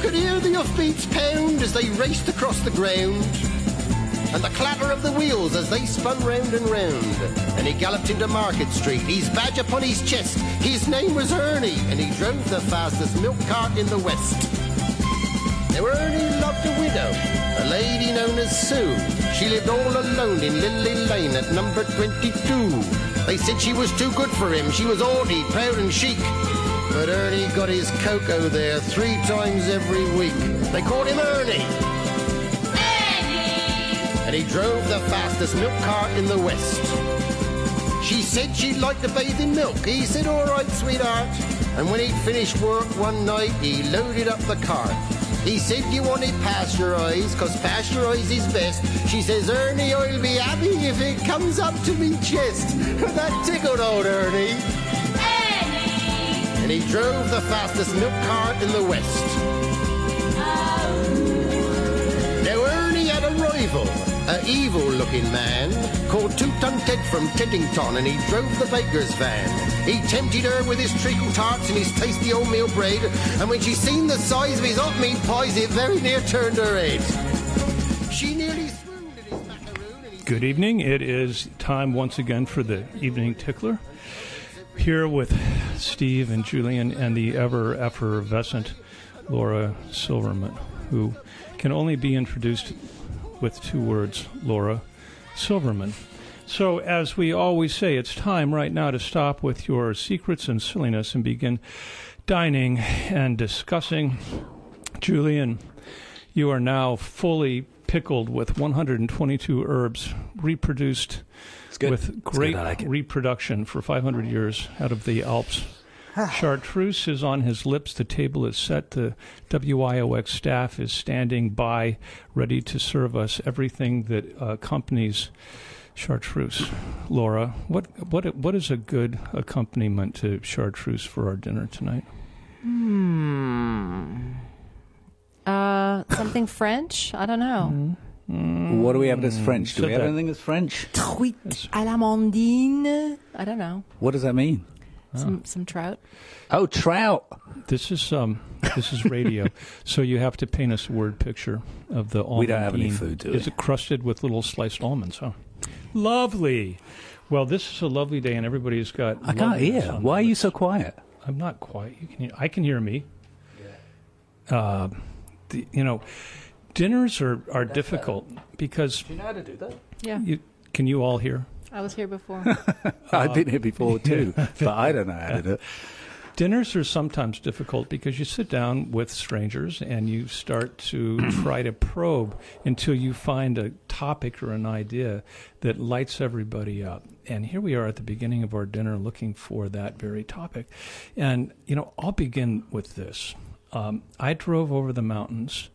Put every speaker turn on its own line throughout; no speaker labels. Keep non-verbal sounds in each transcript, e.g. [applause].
could hear the offbeats pound as they raced across the ground, and the clatter of the wheels as they spun round and round. And he galloped into Market Street, his badge upon his chest. His name was Ernie, and he drove the fastest milk cart in the West. Now Ernie loved a widow, a lady known as Sue. She lived all alone in Lily Lane at number 22. They said she was too good for him. She was haughty, proud and chic. But Ernie got his cocoa there three times every week. They called him Ernie, and he drove the fastest milk cart in the West. She said she'd like to bathe in milk. He said, all right, sweetheart. And when he'd finished work one night, he loaded up the cart. He said, you want it pasteurized, 'cause pasteurized is best. She says, Ernie, I'll be happy if it comes up to me chest. [laughs] that tickled old Ernie. And he drove the fastest milk cart in the West. Now Ernie had a rival, a evil looking man called Two Ton Ted from Teddington, and he drove the baker's van. He tempted her with his treacle tarts and his tasty oatmeal bread, and when she seen the size of his hot meat pies, it very near turned her head. She nearly swooned at his macaroon and he
Good evening. It is time once again for the evening tickler. Here with Steve and Julian and the ever effervescent Laura Silverman, who can only be introduced with two words Laura Silverman. So, as we always say, it's time right now to stop with your secrets and silliness and begin dining and discussing. Julian, you are now fully pickled with 122 herbs reproduced
good. It's
with
good,
great
I like it.
reproduction for 500 years out of the
[sighs]
Alps. Chartreuse is on his lips. The table is set. The WIOX staff is standing by, ready to serve us everything that uh, accompanies chartreuse. Laura, what what what is a good accompaniment to chartreuse for our dinner tonight?
Uh, something French? I don't
Mm-hmm.
know.
What do we have that's
Mm,
French? Do we
Sit
have
there.
anything that's French?
Truite à la mandine. I don't know.
What does that mean?
Ah.
Some some trout.
Oh, trout.
This is um this is
[laughs]
radio, so you have to paint us a word picture of the almond.
We don't have any
bean.
food, do
Is
we?
it crusted with little sliced almonds? Huh. Lovely. Well, this is a lovely day, and everybody's got.
I can't hear. Why are you so quiet?
I'm not quiet. You can. Hear, I can hear me. Uh, the, you know, dinners are are difficult because
You know how to do that?
Yeah,
you can you all hear.
I was here before.
I've been here
[laughs]
before too, but I don't know how to do it.
Dinners are sometimes difficult because you sit down with strangers and you start to try to probe until you find a topic or an idea that lights everybody up. And here we are at the beginning of our dinner looking for that very topic. And, you know, I'll begin with this. Um, I drove over the mountains.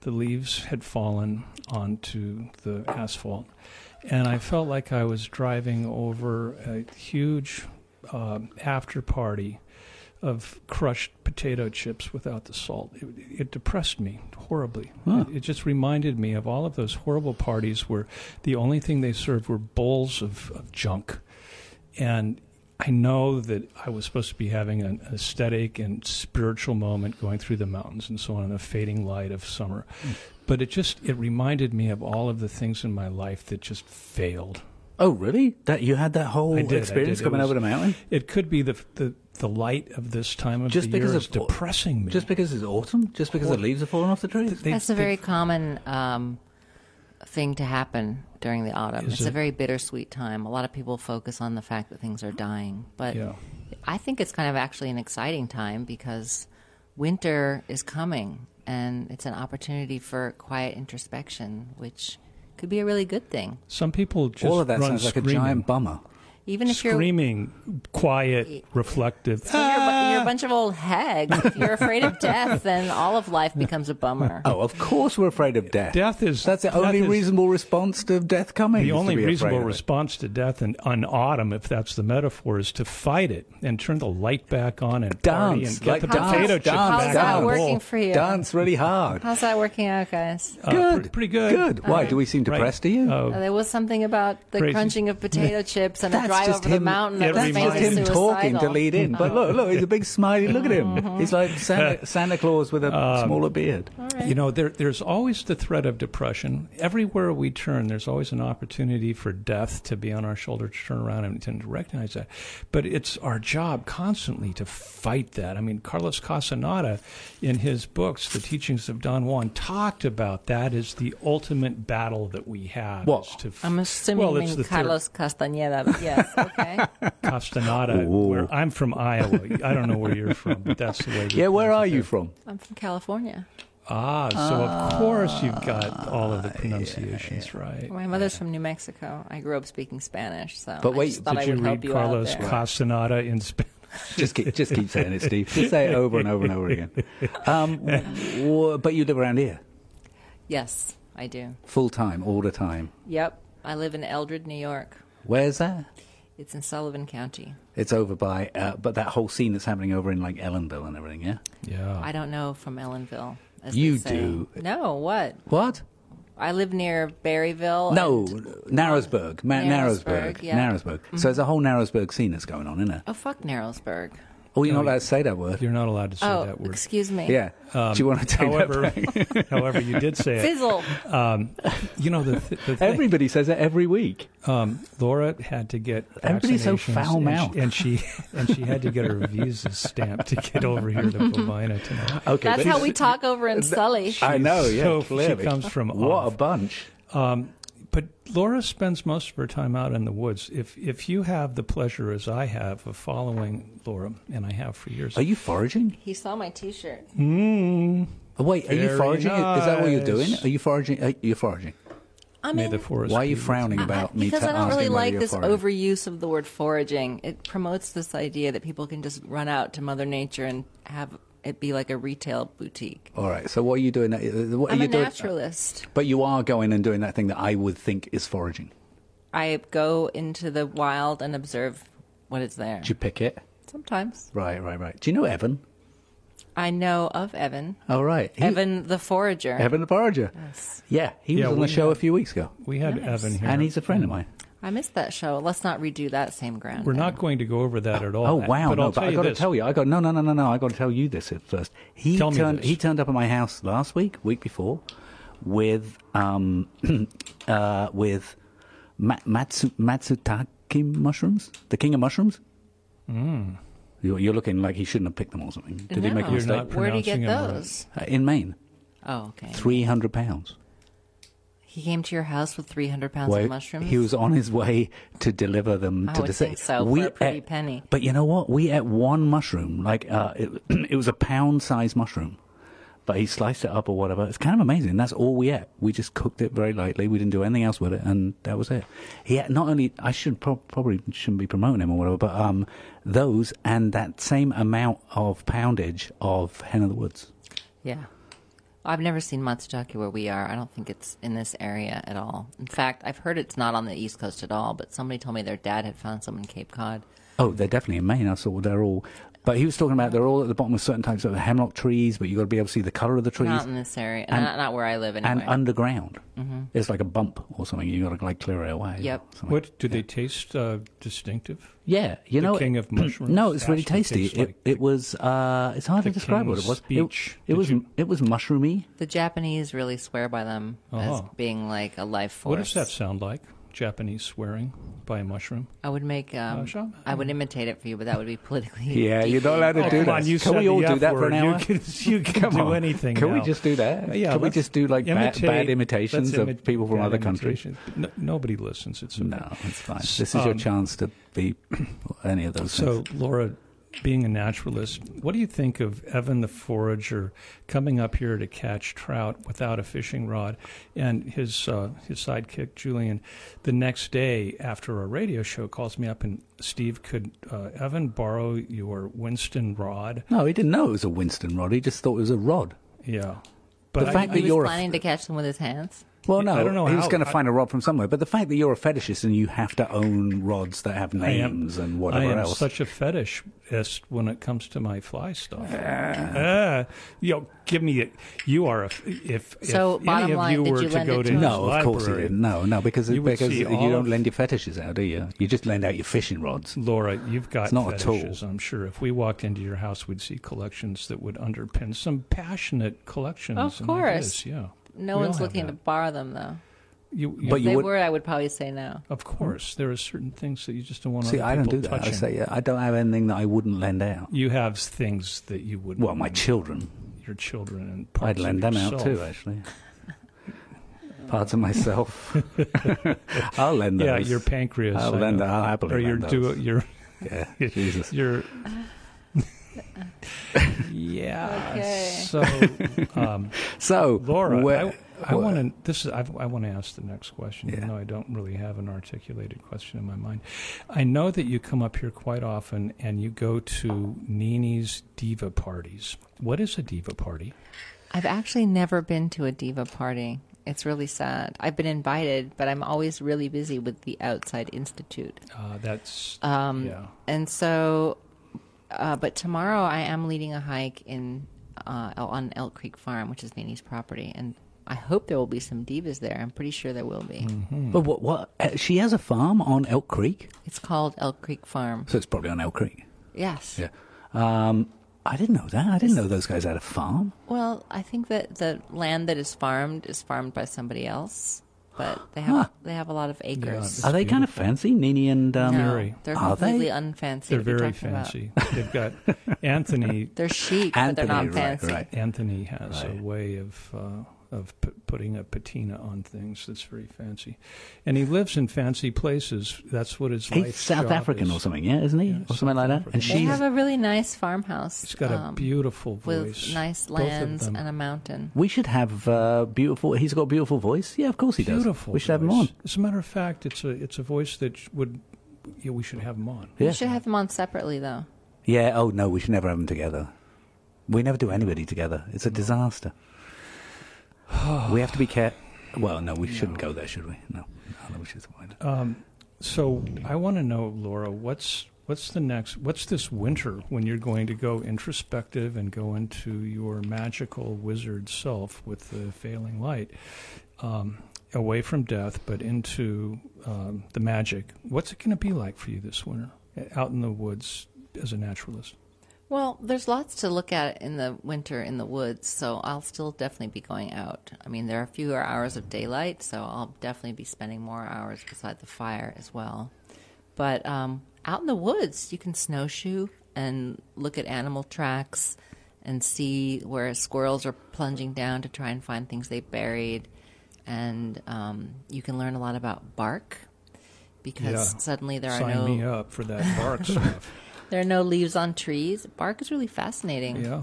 The leaves had fallen onto the asphalt. And I felt like I was driving over a huge uh, after party of crushed potato chips without the salt. It, it depressed me horribly. It, it just reminded me of all of those horrible parties where the only thing they served were bowls of, of junk. And I know that I was supposed to be having an aesthetic and spiritual moment going through the mountains and so on in the fading light of summer.
Hmm.
But it just it reminded me of all of the things in my life that just failed.
Oh, really? That you had that whole
I did, I
experience
did. It
coming
was-
over the mountain
It could be the the, the light of this time of
Just
the year
because
is
of au-
depressing me.
just because it's autumn, just because the leaves are falling off the trees.
They-
That's a
they-
very common um, thing to happen during the autumn.
Is
it's a
it?
very bittersweet time. A lot of people focus on the fact that things are dying, but
Yeah.
I think it's kind of actually an exciting time because winter is coming and it's an opportunity for quiet introspection, which could be a really good thing.
Some people just
All of that
run
sounds like
screaming,
a giant bummer.
Even if you're
screaming, quiet, reflective.
Well, you're, a bu-
Ah.
you're a bunch of old hags. If you're afraid of death, then all of life becomes a bummer.
Oh, of course we're afraid of death.
Death is-
that's the
death
only
is-
reasonable response to death coming. is
The
to
only
be afraid
reasonable
of it.
response to death and on autumn, if that's the metaphor, is to fight it and turn the light back on and party
Dance,
and get
like
the
dance,
potato
dance,
chip
dance.
back
How's that
on the
working
bowl.
for you?
Dance really hard.
How's that working out, guys?
Oh.
Uh, pre- pretty good.
Good. Why do we seem
Right.
depressed? Are you?
Oh,
Uh, There was something about the
Crazy.
[laughs]
crunching of potato chips and a
That's
drive
just
over the
him-
mountain
it
of the
reminds-
It's
famous suicidal.
him
Uh-huh. Mm-hmm.
talking to lead in. But look, look, he's a big smiley. Look at him. He's like
[laughs]
Santa, Santa Claus with a
Um,
smaller beard.
You know, there, there's always the threat of depression. Everywhere we turn, there's always an opportunity for death to be on our shoulder, to turn around and, and to recognize that. But it's our job constantly to fight that. I mean, Carlos Casanata, in his books, The Teachings of Don Juan, talked about that as the ultimate battle that we have.
What?
is to f-
I'm assuming
well, it's the third-
Carlos Castañeda. but
[laughs]
Yes, okay.
Castaneda,
Ooh.
where I'm from Iowa. I don't know where you're from, but that's the way. we
Yeah, where
pronounce
are
it
you
there.
from?
I'm from California.
Ah, so of course you've got all of the pronunciations right.
My mother's from New Mexico. I grew up speaking Spanish, so
But
I
wait,
just thought
Did
I
you
would help
read
you
Carlos
out there.
Castaneda in Spanish?
Just keep, just keep saying it, Steve. Just say it over and over and over again. Um, w- but you live around here
Yes, I do.
full time, all the time.
Yep, I live in Eldred, New York.
Where's that?
It's in Sullivan County.
It's over by, uh, but that whole scene that's happening over in like Ellenville and everything, yeah?
Yeah.
I don't know from Ellenville. As they
You
say.
do.
No, what?
What?
I live near Berryville.
No,
and-
Narrowsburg. Ma- Narrowsburg.
Narrowsburg, yeah.
Narrowsburg. So there's a whole Narrowsburg scene that's going on, isn't it?
oh, fuck Narrowsburg.
Oh, you're not allowed to say that word.
You're not allowed to say
oh,
that word.
excuse me.
Yeah. Do you want to take that
However,
back?
[laughs] however, you did say it.
[laughs]
Fizzle.
You know, the, th- the thing,
Everybody says that every week.
um, Laura had to get
Everybody's so
vaccinations,
foul-mouthed.
and she, and she and she had to get her visa stamped to get over here [laughs] to Bovina tonight.
Okay.
That's
but-
how we talk over in Sully.
I know,
She's
yeah.
so- she
clearly.
comes from
What
off.
a bunch.
but Laura spends most of her time out in the woods. If if you have the pleasure, as I have, of following Laura, and I have for years,
Are you foraging?
He saw my T-shirt.
Oh, wait, are you
Very
foraging? Is that what you're doing?
nice.
Are you foraging? Are you foraging?
I
may
mean,
the forest.
Why are
be
you
with
frowning
I-
about me?
Uh, because
ta-
I don't
asking
really
whether
like
you're
this
foraging?
overuse of the word foraging. It promotes this idea that people can just run out to Mother Nature and have it be like a retail boutique.
All right. So what are you doing? Uh, What are
I'm
you
a
doing?
naturalist.
But you are going and doing that thing that I would think is foraging.
I go into the wild and observe what is there.
Do you pick it?
Sometimes
Right, right, right. Do you know Evan?
I know of Evan,
All right. He-
Evan the forager.
Evan the forager. Yeah, he
Yeah,
was on
we
the show
had-
a few weeks ago.
We had
Nice.
Evan here,
And he's a friend of mine.
I missed that show. Let's not redo that same ground.
We're
then.
not going to go over that at all.
Oh wow!
But
no,
I'll
but
tell
I
you
got to
this.
tell you, I got no, no, no, no, no. I got to tell you this at first. He
Tell me
turned
this.
he turned up at my house last week, week before, with um, [clears throat] uh, with ma- matsu- matsutake mushrooms, the king of mushrooms. Mm. You're, you're looking like he shouldn't have picked them or something. Did he make
No.
a
You're
mistake?
not
Where did he get
pronouncing him right.
those?
Uh, in Maine,
Oh, okay.
three hundred pounds.
He came to your house with 300 pounds
Well,
of mushrooms. Oh,
He was on his way to deliver them
I
to
would
the
think
city.
so, for a pretty
ate-
penny.
But you know what? We ate one mushroom. Like uh, it, [clears throat] it was a pound-sized mushroom, but he sliced it up or whatever. It's kind of amazing. That's all we ate. We just cooked it very lightly. We didn't do anything else with it, and that was it. He ate not only I should pro- probably shouldn't be promoting him or whatever, but um, those and that same amount of poundage of hen of the woods.
Yeah. I've never seen Matsutake where we are. I don't think it's in this area at all. In fact, I've heard it's not on the East Coast at all, but somebody told me their dad had found some in Cape Cod.
Oh, they're definitely in Maine. I saw they're all. But he was talking about they're all at the bottom of certain types of hemlock trees, but you've got to be able to see the color of the trees
Not in this area. not, not where I live anyway.
and underground. It's like a bump or something. You've got to like clear it away.
Yep.
Something.
What do they taste? Uh, distinctive.
Yeah, you
The
know,
king of mushrooms.
[clears throat] No, it's really
Actually
tasty.
tastes
It,
like
it was. Uh, it's hard to
the
describe what
king's
it was. It-
speech.
It,
Did
was.
you-
It was
[laughs]
mushroomy.
the Japanese really swear by them as
Oh.
Uh-huh.
being like a life force.
What does that sound like? Japanese swearing by a mushroom.
I would make. Um,
Sure.
I would imitate it for you, but that would be politically.
[laughs] Yeah, you're not allowed to
incorrect.
do
come
that.
on, you
Can
said
we all
the
do
F
that for an
word.
hour?
You can,
[laughs]
you can do
on.
anything.
Can we
now. Uh,
just do that?
Yeah,
Can we
let's
just do, like, bad-
imitate-
bad imitations
let's
of people from
bad
other countries?
imitations. No, nobody listens. It's okay.
No, it's fine. This is your
Um,
chance to be [clears throat] any of those
So,
things.
Laura, being a naturalist, what do you think of Evan the forager coming up here to catch trout without a fishing rod, and his uh, his sidekick Julian? The next day after a radio show, calls me up and Steve, could uh, Evan borrow your Winston rod?
No, he didn't know it was a Winston rod. He just thought it was a rod.
Yeah, but
The
I-
fact
He
that
was
you're a-
planning to catch them with his hands.
Well, no,
I don't know
He was
how-
going to
I-
find a rod from somewhere. But the fact that you're a fetishist and you have to own rods that have
I am-
names and whatever
I am
else.
such a fetishist when it comes to my fly stuff. Ah, you know, give me a, you are a, if,
So,
if
bottom
any of
line,
you
did
were
you
to
lend
go
it
to
to
his
him?
no, of course he
library,
didn't. No, no, because
You would
because
see
you
all
don't
of-
lend your fetishes out, do you? You just lend out your fishing rods.
Laura, you've got
It's not a tool.
fetishes, I'm sure. If we walked into your house, we'd see collections that would underpin some passionate collections.
Of
and
course.
ideas, yeah. We
No
all
one's
have
looking to
that.
borrow them, though.
You, you-
But
If
you
they
would-
were, I would probably say no.
of course, there are certain things that you just don't want.
See,
other
I don't
people
do that. I
touching.
say yeah, I don't have anything that I wouldn't lend out.
you have things that you would.
Well, my children,
your children and
I'd
parts of
lend them out too,
yourself.
actually. [laughs] Parts of
[laughs]
myself, I'll lend those.
Yeah, your pancreas.
I'll
I
lend.
know.
I'll happily
or your
lend
duo,
those.
your [laughs]
Yeah, Jesus.
your. yeah.
Okay.
So, um,
So,
Laura,
where-
I, I
where-
want to. This is. I've, I want to ask the next question.
Yeah.
even though I don't really have an articulated question in my mind. I know that you come up here quite often, and you go to Nini's diva parties. What is a diva party?
I've actually never been to a diva party. It's really sad. I've been invited, but I'm always really busy with the Outside Institute.
Uh, that's
Um,
yeah.
And so, uh, but tomorrow I am leading a hike in uh, El- on Elk Creek Farm, which is Nini's property, and I hope there will be some divas there. I'm pretty sure there will be.
Mm. But what? What? uh, She has a farm on Elk Creek,
It's called Elk Creek Farm.
so it's probably on Elk Creek.
Yes.
Um, I didn't know that. I didn't know those guys had a farm.
Well, I think that the land that is farmed is farmed by somebody else, but they have
Huh.
they have a lot of acres.
Are they kind of fancy, Nini and um,
no, they're
Are they?
completely unfancy.
They're
to be
very
talking about.
fancy. They've
[laughs]
got Anthony.
They're chic, but
Anthony,
they're not
right,
fancy.
right.
Anthony has
Right.
a way of uh, of p- putting a patina on things that's very fancy, and he lives in fancy places. That's what his
He's
life.
South African or something, yeah, isn't he,
Yeah,
or
South
something like that?
African.
And
They
They
she's
have a really nice farmhouse.
He's got a
um,
beautiful voice.
with nice
both of
lands
them.
and a mountain.
We should have uh, beautiful. He's got a beautiful voice. Yeah, of course he does.
beautiful.
We should have him on.
voice. As a matter of fact, it's a it's a voice that sh- would yeah, we should have him on.
We
Yeah.
should have them on separately, though.
Yeah. Oh no, we should never have them together. We never do anybody together. It's a disaster. we have to be care. Well, no, we shouldn't go there, should we? No, no, we should avoid it.
Um, So I want to know, Laura, what's what's the next? What's this winter when you're going to go introspective and go into your magical wizard self with the failing light, um, away from death, but into um, the magic? What's it going to be like for you this winter, out in the woods as a naturalist?
Well, there's lots to look at in the winter in the woods, so I'll still definitely be going out. I mean, there are fewer hours of daylight, so I'll definitely be spending more hours beside the fire as well. But um, out in the woods, you can snowshoe and look at animal tracks and see where squirrels are plunging down to try and find things they buried. And um, you can learn a lot about bark because
Yeah.
suddenly there are
Sign
no
me up for that bark
[laughs]
stuff.
there are no leaves on trees. Bark is really fascinating.
Yeah.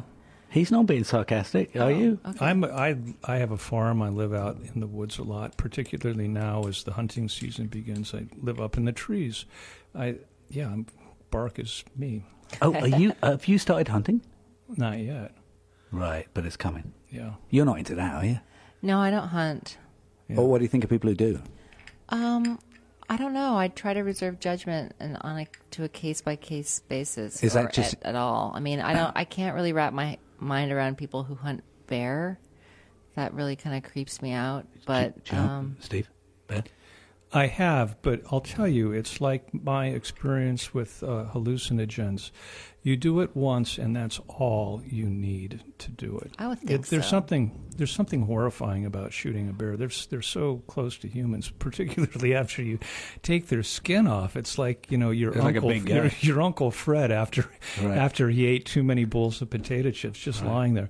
He's not being sarcastic, are you?
I'm I I have a farm. I live out in the woods a lot, particularly now as the hunting season begins. I live up in the trees. I yeah, I'm, bark is me.
Oh, are [laughs] you? Have you started hunting?
Not yet.
Right, but it's coming.
Yeah.
You're not into that, are you?
No, I don't hunt.
Yeah.
Or what do you think of people who do?
Um, I don't know. I try to reserve judgment and on a, to a case by case basis.
Is that
or
just-
at, at all? I mean, I don't. I can't really wrap my mind around people who hunt bear. That really kind of creeps me out. But
Joe,
um,
Steve, Ben.
I have, but I'll tell you, it's like my experience with uh, hallucinogens. You do it once, and that's all you need to do it.
I would think
It- there's
so.
something there's something horrifying about shooting a bear. They're s- they're so close to humans, [laughs] particularly after you take their skin off. It's like you know your
It's like a
uncle
big guy.
your, [laughs] your uncle Fred after
Right.
after he ate too many bowls of potato chips, just lying there.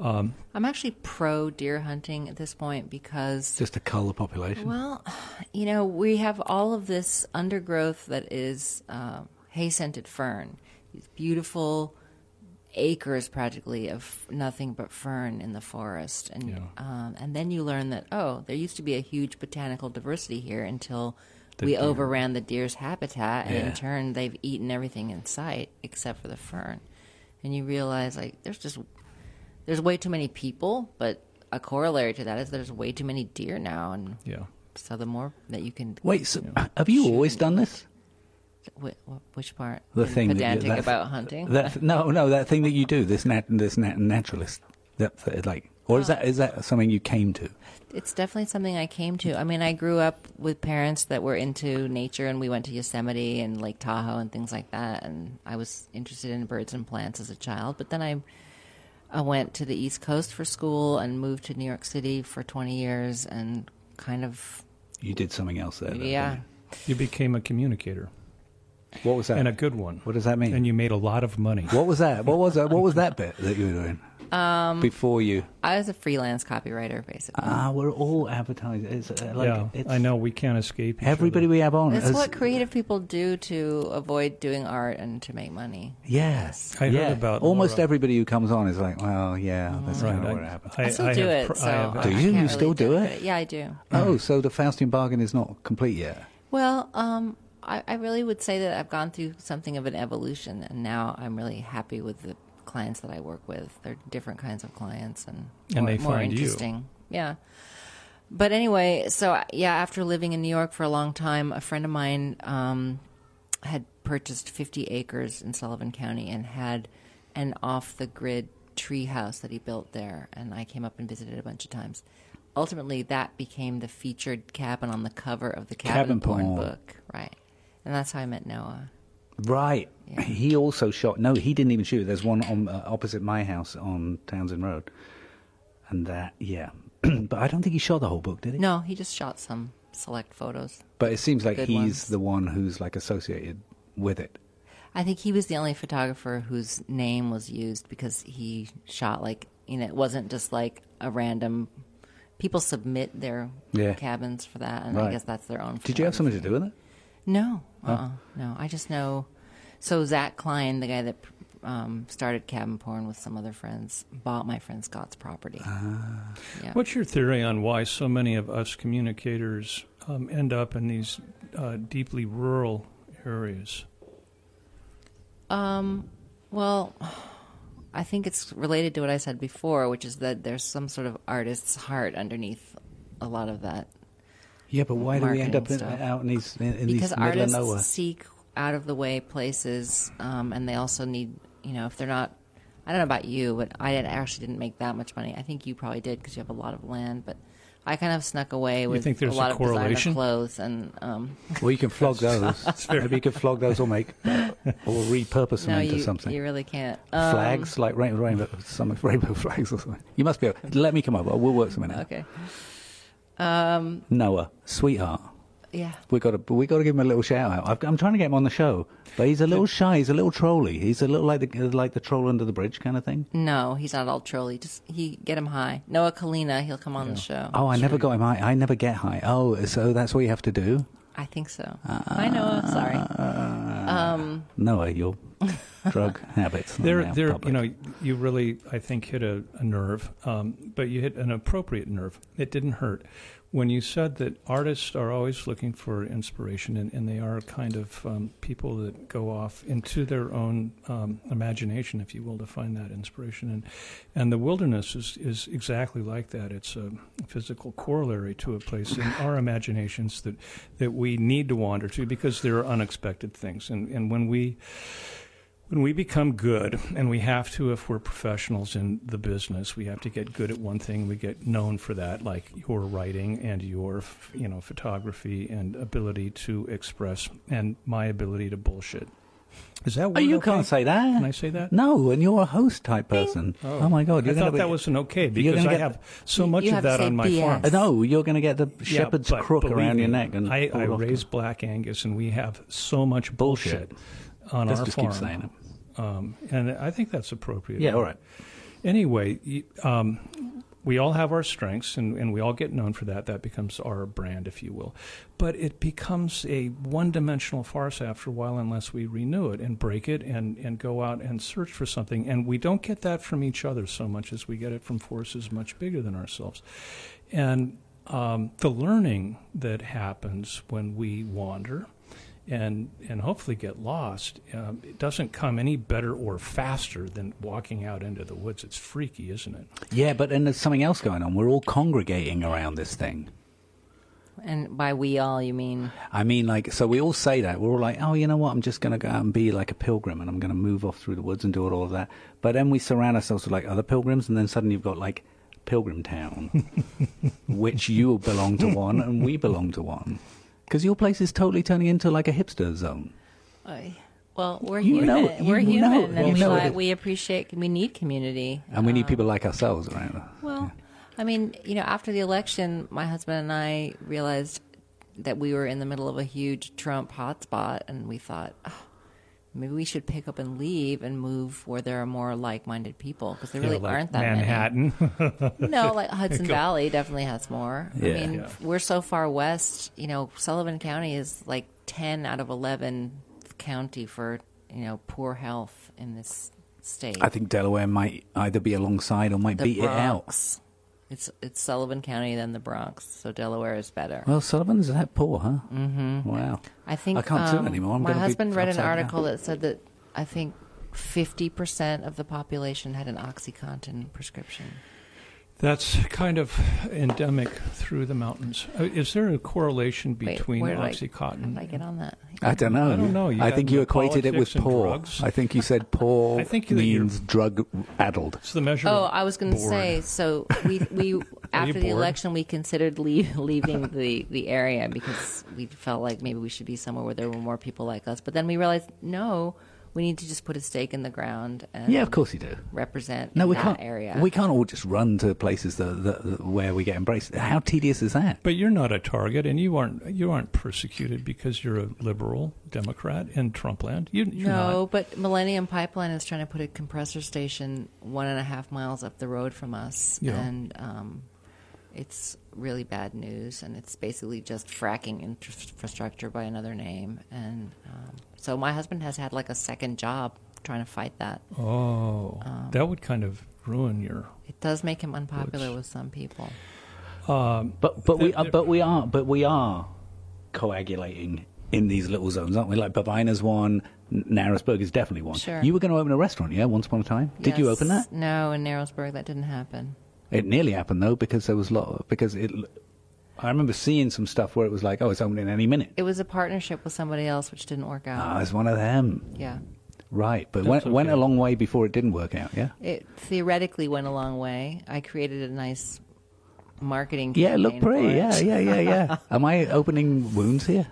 Um,
I'm actually pro deer hunting at this point because
Just to cull the population.
Well, [sighs] you know, we have all of this undergrowth that is uh, hay scented fern, these beautiful acres practically of nothing but fern in the forest. And,
Yeah.
um, and then you learn that, oh, there used to be a huge botanical diversity here until
The
we
deer.
overran the deer's habitat. And
Yeah.
in turn, they've eaten everything in sight except for the fern. And you realize, like, there's just there's way too many people, but a corollary to that is there's way too many deer now, and
Yeah.
so the more that you can.
Wait, so have you always done this?
Wh- wh- which part?
The
Being
thing that you-
pedantic
that-
about hunting.
That, no, no, that thing that you do, this nat, this nat, naturalist, that, that, like, or is that is that something you came to?
It's definitely something I came to. I mean, I grew up with parents that were into nature, and we went to Yosemite and Lake Tahoe and things like that. And I was interested in birds and plants as a child. But then I, I went to the East Coast for school and moved to New York City for 20 years and kind of,
You did something else there. though,
yeah.
You became a communicator
didn't you? What was that?
and a good one.
What does that mean?
And you made a lot of money.
what was that? What was that? What was that bit that you were doing um, before you?
I was a freelance copywriter, basically.
Ah, we're all advertising. It's uh, like
yeah,
it's,
I know we can't escape. each
Everybody
other.
we have on.
That's
has-
what creative people do to avoid doing art and to make money.
Yes.
I heard
yeah.
about
almost
Laura-
everybody who comes on is like, well, yeah, that's kind of what
Right,
happened.
I, still do
have
it.
pr-
so
I have-
I
Do you?
can't
You
really
still do
dedicate
it?
Yeah, I do.
Oh, so the Faustian bargain is not complete yet.
Well, um, I, I really would say that I've gone through something of an evolution, and now I'm really happy with the clients that I work with. They're different kinds of clients, and
And
more,
they
more
find you.
interesting. Yeah. But anyway, so yeah, after living in New York for a long time, a friend of mine um, had purchased 50 acres in Sullivan County and had an off the grid tree house that he built there. And I came up and visited a bunch of times. Ultimately, that became the featured cabin on the cover of the cabin,
Cabin
porn,
porn.
book. Right. And that's how I met Noah.
Right.
Yeah.
He also shot. No, he didn't even shoot. There's one on uh, opposite my house on Townsend Road, and that yeah. [clears throat] but I don't think he shot the whole book, did he?
No, he just shot some select photos.
But it seems like
Good
he's
ones.
the one who's like associated with it.
I think he was the only photographer whose name was used because he shot like you know it wasn't just like a random. People submit their
Yeah.
cabins for that, and
Right.
I guess that's their own.
Did you have something to
photography.
do with it?
No, uh, uh no. I just know. So Zach Klein, the guy that um, started cabin porn with some other friends, bought my friend Scott's property.
Uh-huh.
yeah.
What's your theory on why so many of us communicators um, end up in these uh, deeply rural areas?
Well, I think it's related to what I said before, which is that there's some sort of artist's heart underneath a lot of that
Yeah, but why do we end
Marketing
up in,
stuff.
out in these in, in
because
these middle of
artists
nowhere?
seek out of the way places, um, and they also need, you know, if they're not, I don't know about you, but I didn't, actually didn't make that much money. I think you probably did because you have a lot of land, but I kind of snuck away with
think
a
there's a
lot of designer
correlation?
clothes, and um,
Well, you
[laughs]
can flog [laughs] those. Maybe you can flog those or [laughs] make or repurpose them
no,
into
you
something.
you really can't. uh,
flags like rain, rainbow, some [laughs] rainbow flags or something. You must be. Able, let me come over. We'll work something out.
Okay,
Noah, sweetheart,
yeah.
we got to we got to give him a little shout out. I've, I'm trying to get him on the show, but he's a little shy. He's a little trolly. He's a little like the like the troll under the bridge kind of thing.
No, he's not all trolly. Just he get him high. Noah Kalina, he'll come on the show.
Oh, I never got him high. I never get high. Oh, so that's what you have to do.
I think so.
Uh,
I know. Sorry. Um,
Noah, your drug habits. are
There,
now
there, you
public.
know, you really, I think, hit a, a nerve, um, but you hit an appropriate nerve. It didn't hurt when you said that artists are always looking for inspiration, and, and they are kind of um, people that go off into their own um, imagination, if you will, to find that inspiration. And and the wilderness is is exactly like that. It's a physical corollary to a place
[laughs]
in our imaginations that that we need to wander to because there are unexpected things, and and when we when we become good, and we have to if we're professionals in the business, we have to get good at one thing. We get known for that, like your writing and your, f- you know, photography and ability to express, and my ability to bullshit. Is that?
Oh,
word
you
okay?
can't say that.
Can I say that?
No, and you're a host type person. Oh, my god,
I
you're gonna
thought
be-
that was an okay
you're
because
gonna
I
get-
have so
You-
much
you
of
have to
that
say
on my
BS.
farm.
Uh, No, you're going to get the
Yeah,
shepherd's
but
crook
believe
around your
me,
neck. And
I, I
pulled off.
raise black Angus, and we have so much bullshit, on
Let's
our
just
farm.
keep saying it.
Um, and I think that's appropriate.
Yeah, all right.
Anyway, you- um, we all have our strengths, and, and we all get known for that. That becomes our brand, if you will. But it becomes a one-dimensional farce after a while, unless we renew it and break it, and and go out and search for something. And we don't get that from each other so much as we get it from forces much bigger than ourselves. And um, the learning that happens when we wander and and hopefully get lost. Um, it doesn't come any better or faster than walking out into the woods. It's freaky, isn't it?
Yeah, but then there's something else going on. We're all congregating around this thing.
And by we all, you mean
I mean, like, so we all say that. We're all like, oh, you know what? I'm just going to go out and be like a pilgrim and I'm going to move off through the woods and do all of that. But then we surround ourselves with like other pilgrims and then suddenly you've got like
[laughs]
Pilgrim Town, which you belong to one and we belong to one. Because your place is totally turning into like a hipster zone.
I- well, we're
You
human.
know it. You
we're human,
know it.
and
You
we,
know
like-
it.
we appreciate. We need community.
And we
Uh,
need people like ourselves around us.
Well, I mean, you know, after the election, my husband and I realized that we were in the middle of a huge Trump hotspot, and we thought "Oh, maybe we should pick up and leave and move where there are more like-minded people because there really
Yeah, like
aren't that
Manhattan. [laughs]
many. No, like uh,
[laughs]
Hudson Valley definitely has more.
Yeah.
I mean,
Yeah.
we're so far west. You know, Sullivan County is like ten out of eleven county for you know poor health in this state.
I think Delaware might either be alongside or might
the
beat it out.
Bronx. It's it's Sullivan County then the Bronx, so Delaware is better.
Well, Sullivan's that poor, huh? Mm-hmm. Wow.
I think
I can't do it
um,
anymore. I'm
my
gonna be
husband read an
upside down.
article that said that I think fifty percent of the population had an OxyContin prescription.
That's kind of endemic through the mountains. Uh, Is there a correlation
Wait,
between
where did I- how
OxyContin?
did I get on that?
I don't know.
I don't know. You
I
got
think you
into
equated it with
politics and
poor.
drugs.
I think you said
[laughs]
poor
I think that
means drug addled.
It's the measure.
Oh,
of
I was going to
bored.
say. So we
[laughs]
we after the
bored?
election, we considered leave, [laughs] leaving the the area because we felt like maybe we should be somewhere where there were more people like us. But then we realized no, we need to just put a stake in the ground and
Yeah, of course you do.
represent
No, we
that
can't.
area.
We can't all just run to places that, that, that- where we get embraced. How tedious is that?
But you're not a target, and you aren't you aren't persecuted because you're a liberal Democrat in Trumpland. You, you're
no,
not.
but Millennium Pipeline is trying to put a compressor station one and a half miles up the road from us,
Yeah.
and um, it's really bad news. And it's basically just fracking inter- infrastructure by another name. And um, so my husband has had like a second job trying to fight that.
Oh,
Um,
that would kind of ruin your.
It does make him unpopular with some people.
But but we
They're-
are, but we are but we are coagulating in these little zones, aren't we? Like Bavina's one, N- Narrowsburg is definitely one.
Sure.
You were going to open a restaurant, yeah? Once upon a time, did you
Yes.
open that?
No, in Narrowsburg that didn't happen.
It nearly happened though, because there was a lot. Because it, I remember seeing some stuff where it was like, oh, it's opening any minute.
It was a partnership with somebody else, which didn't work
Ah,
out.
it's one of them.
yeah.
Right, but went,
That's
went a
okay.
long way before it didn't work out, yeah?
It theoretically went a long way. I created a nice marketing.
Yeah, it looked
campaign
pretty.
for
Yeah,
it.
yeah, yeah,
[laughs]
yeah. Am I opening wounds here?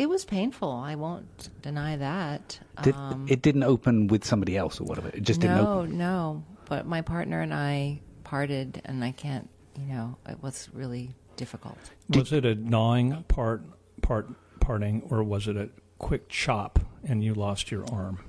It was painful. I won't deny that.
Did,
Uh,
it didn't open with somebody else or whatever. It just didn't
no,
open.
no. But my partner and I parted, and I can't. You know, it was really difficult.
Was it a gnawing part part parting, or was it a quick chop and you lost your arm?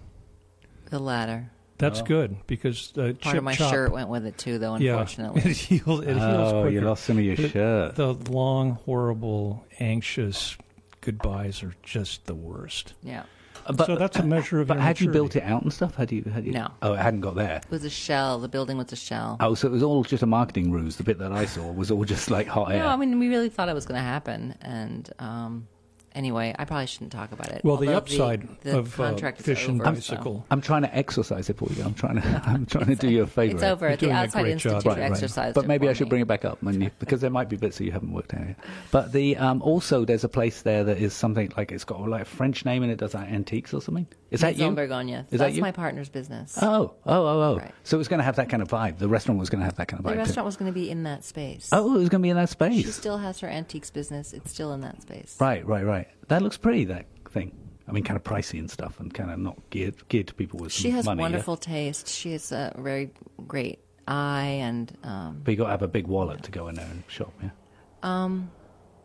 The latter.
That's good because the
Oh. Part
chip
of my
chop,
shirt went with it too, though.
Yeah, [laughs]
Unfortunately,
it
[laughs]
heals. It heals
Oh, you
quicker.
lost some of your
But
shirt.
The long, horrible, anxious goodbyes are just the worst.
yeah.
Uh, But,
so that's a measure of.
but
your
had you built
maturity.
it out and stuff? Had you, had you?
No.
Oh, it hadn't got there.
It was a shell. The building was a shell.
Oh, so it was all just a marketing ruse. The bit that I saw was all just like hot air.
No, I mean we really thought it was going to happen, and um, anyway, I probably shouldn't talk about it.
Well, the
Although
upside
the
of uh,
contract is
fish and
over, so-
bicycle.
I'm trying to exercise it for you. I'm trying to. [laughs] I'm trying to do you a favor.
It's over. at The
doing a
outside
great
institute
job. Right,
right.
exercised.
But
it
maybe
for
I should
me.
bring it back up when you, because there might be bits that you haven't worked out yet. But the um, also there's a place there that is something like it's got like a French name and it does like antiques or something. Is that you?
Maison Borgogne.
Is that
That's
you?
my partner's business.
Oh, oh, oh, oh.
Right.
So it was going to have that kind of vibe. The restaurant was going to have that kind of
the
vibe.
restaurant was going to be in that space.
Too. Oh, it was going to be in that
she
space.
still has her antiques business. It's still in that space.
Right, right, right. That looks pretty. That thing. I mean, kind of pricey and stuff, and kind of not geared geared to people with
She
some
has
money, yeah?
wonderful taste. She has a very great eye, and um,
But you got to have a big wallet to go in there and shop. Yeah.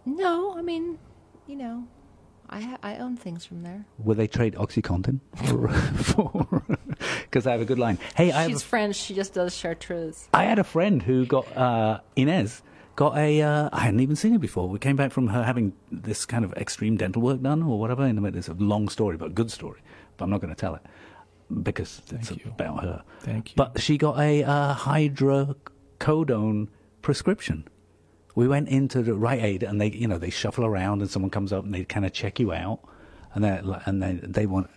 no, I mean, you know, I ha- I own things from there.
Will they trade OxyContin [laughs] for? Because I have a good line. Hey, I have a
She's French. She just does chartreuse.
I had a friend who got uh, Inez got a. Uh, I hadn't even seen her before. We came back from her having this kind of extreme dental work done or whatever. In the middle, it's a long story, but a good story. But I'm not going to tell it because it's
Thank you.
about her.
Thank you.
But she got a uh, hydrocodone prescription We went into the Rite Aid, and they, you know, they shuffle around, and someone comes up and they kind of check you out, and they and they they want.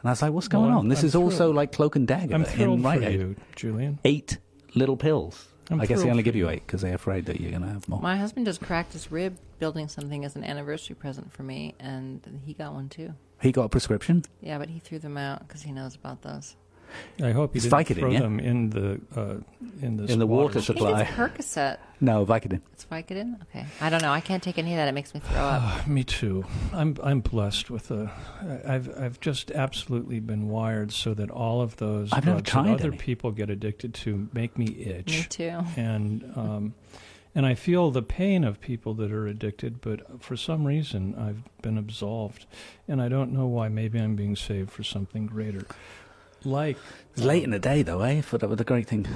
And I was like, "What's going
I'm-
on? This
I'm
is also
thrilled.
like cloak and dagger
I'm thrilled
in
for
Rite Aid.
you, Julian.
Eight little pills. i
I'm
guess they
thrilled
only
for
give you
you.
eight because they're afraid that you're going to have more.
My husband just cracked his rib building something as an anniversary present for me, and he got one too.
he got a prescription.
Yeah, but he threw them out because he knows about those.
I hope you
It's
didn't
Vicodin,
throw
yeah?
them in the uh, in the
In the water
I think it's
supply.
Percocet.
No, Vicodin.
It's Vicodin. Okay, I don't know. I can't take any of that. It makes me throw
[laughs]
up.
Me too. I'm I'm blessed with a. I've I've just absolutely been wired so that all of those
I've never
drugs that
tried
other
any.
people get addicted to make me itch.
me
[laughs]
too.
and um, and I feel the pain of people that are addicted, but for some reason I've been absolved, and I don't know why. Maybe I'm being saved for something greater, like
It's late in the day, though, eh? For the, for the great thing.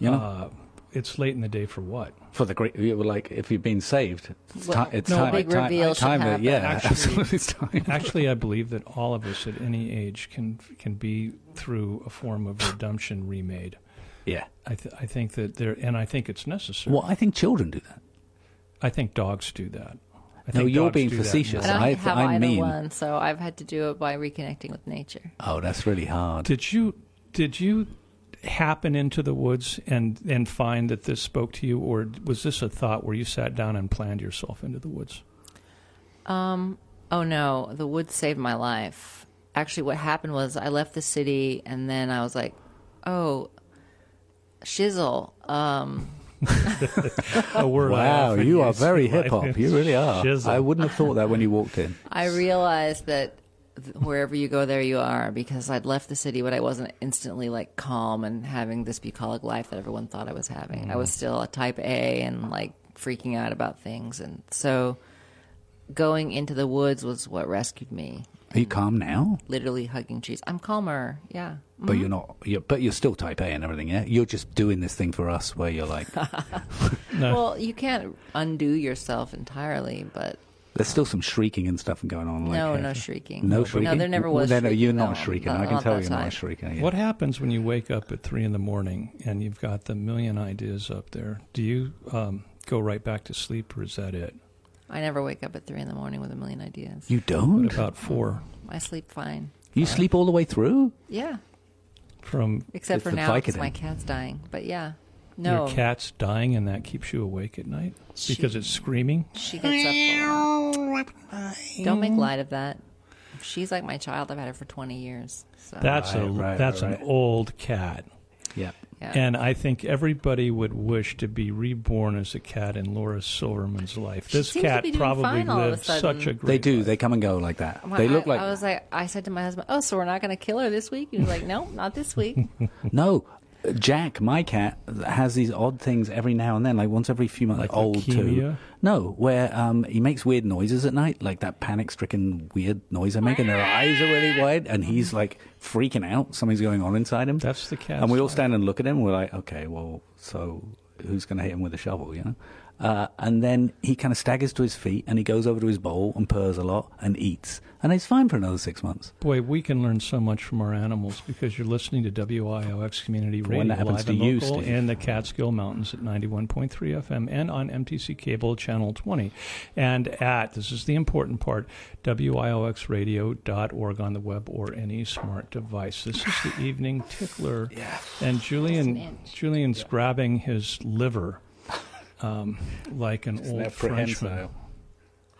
You know?
uh, it's late in the day for what?
for the great, you were like, if you've been saved, it's,
Well,
ti- it's
no,
time.
big
time,
reveal should
time,
happen.
Yeah,
Actually-
absolutely. It's
[laughs]
time.
Actually, I believe that all of us at any age can can be through a form of redemption remade.
Yeah.
I, th- I think that there, and I think it's necessary.
Well, I think children do that.
I think dogs do that. I
No,
think
you're
dogs
being
do that
facetious.
I
now.
don't
I-
have
I
either
mean-
one, so I've had to do it by reconnecting with nature.
Oh, that's really hard.
Did you did you happen into the woods and and find that this spoke to you, or was this a thought where you sat down and planned yourself into the woods?
Oh no, the woods saved my life. Actually, what happened was I left the city, and then I was like, "Oh, shizzle." Um,
A word I
Wow,
often
you are
use
very
in life.
hip hop. You really are.
Shizzle.
I wouldn't have thought that when you walked in.
I realized that th- wherever you go, there you are, because I'd left the city, but I wasn't instantly like calm and having this bucolic life that everyone thought I was having. I
Mm.
was still a type A and like freaking out about things. And so going into the woods was what rescued me.
Are you calm now?
Literally hugging trees. I'm calmer. Yeah.
But you're not. You're, but you're still type A and everything. Yeah, you're just doing this thing for us where you're like,
No.
Well, you can't undo yourself entirely, but
there's still some shrieking and stuff going on. Like,
no,
uh,
no shrieking.
No shrieking.
No, there never was.
Then, uh,
shrieking,
you're not
though.
shrieking.
Not-
I can
not
tell
that
you're not
time.
shrieking. yeah.
What happens when you wake up at three in the morning and you've got the million ideas up there? Do you um, go right back to sleep, or is that it?
I never wake up at three in the morning with a million ideas.
You
What
don't.
about four?
I sleep fine.
You sleep all the way through.
Yeah.
From
Except
It's
for
the
now, 'cause
Vicodin.
my cat's dying. But yeah, no,
your cat's dying, and that keeps you awake at night because
She-
it's screaming.
she gets up. a lot. Don't make light of that. She's like my child. I've had her for twenty years. So
That's a
Right, right,
that's
right.
an old cat.
Yeah.
yeah.
And I think everybody would wish to be reborn as a cat in Laura Silverman's life.
She
this
seems to
cat
be doing
probably
fine all of a
lived
sudden.
such a great.
They do.
life.
They come and go like that.
Well,
They
I-
look like
I was like, I said to my husband, "Oh, so we're not going to kill her this week?" He was like, "No, not
[laughs]
this week."
no. Jack, my cat, has these odd things every now and then, like once every few months,
Like
old too.
leukemia?
No, where um, he makes weird noises at night, like that panic-stricken weird noise I make, and their eyes are really wide, and he's like freaking out. Something's going on inside him.
That's the cat.
And we all stand and look at him. And we're like, okay, well, so who's going to hit him with a shovel, you know? Uh, and then he kind of staggers to his feet and he goes over to his bowl and purrs a lot and eats. And he's fine for another six months.
Boy, we can learn so much from our animals because you're listening to WIOX Community
When
Radio
that happens
live
to
and
you,
local
Steve.
in the Catskill Mountains at 91.3 FM and on MTC Cable Channel 20. And at, this is the important part, WIOXradio.org on the web or any smart device. This is the
[sighs]
evening tickler. Yeah. And Julian,
inch.
Julian's grabbing his
[laughs]
liver um, like an old Frenchman.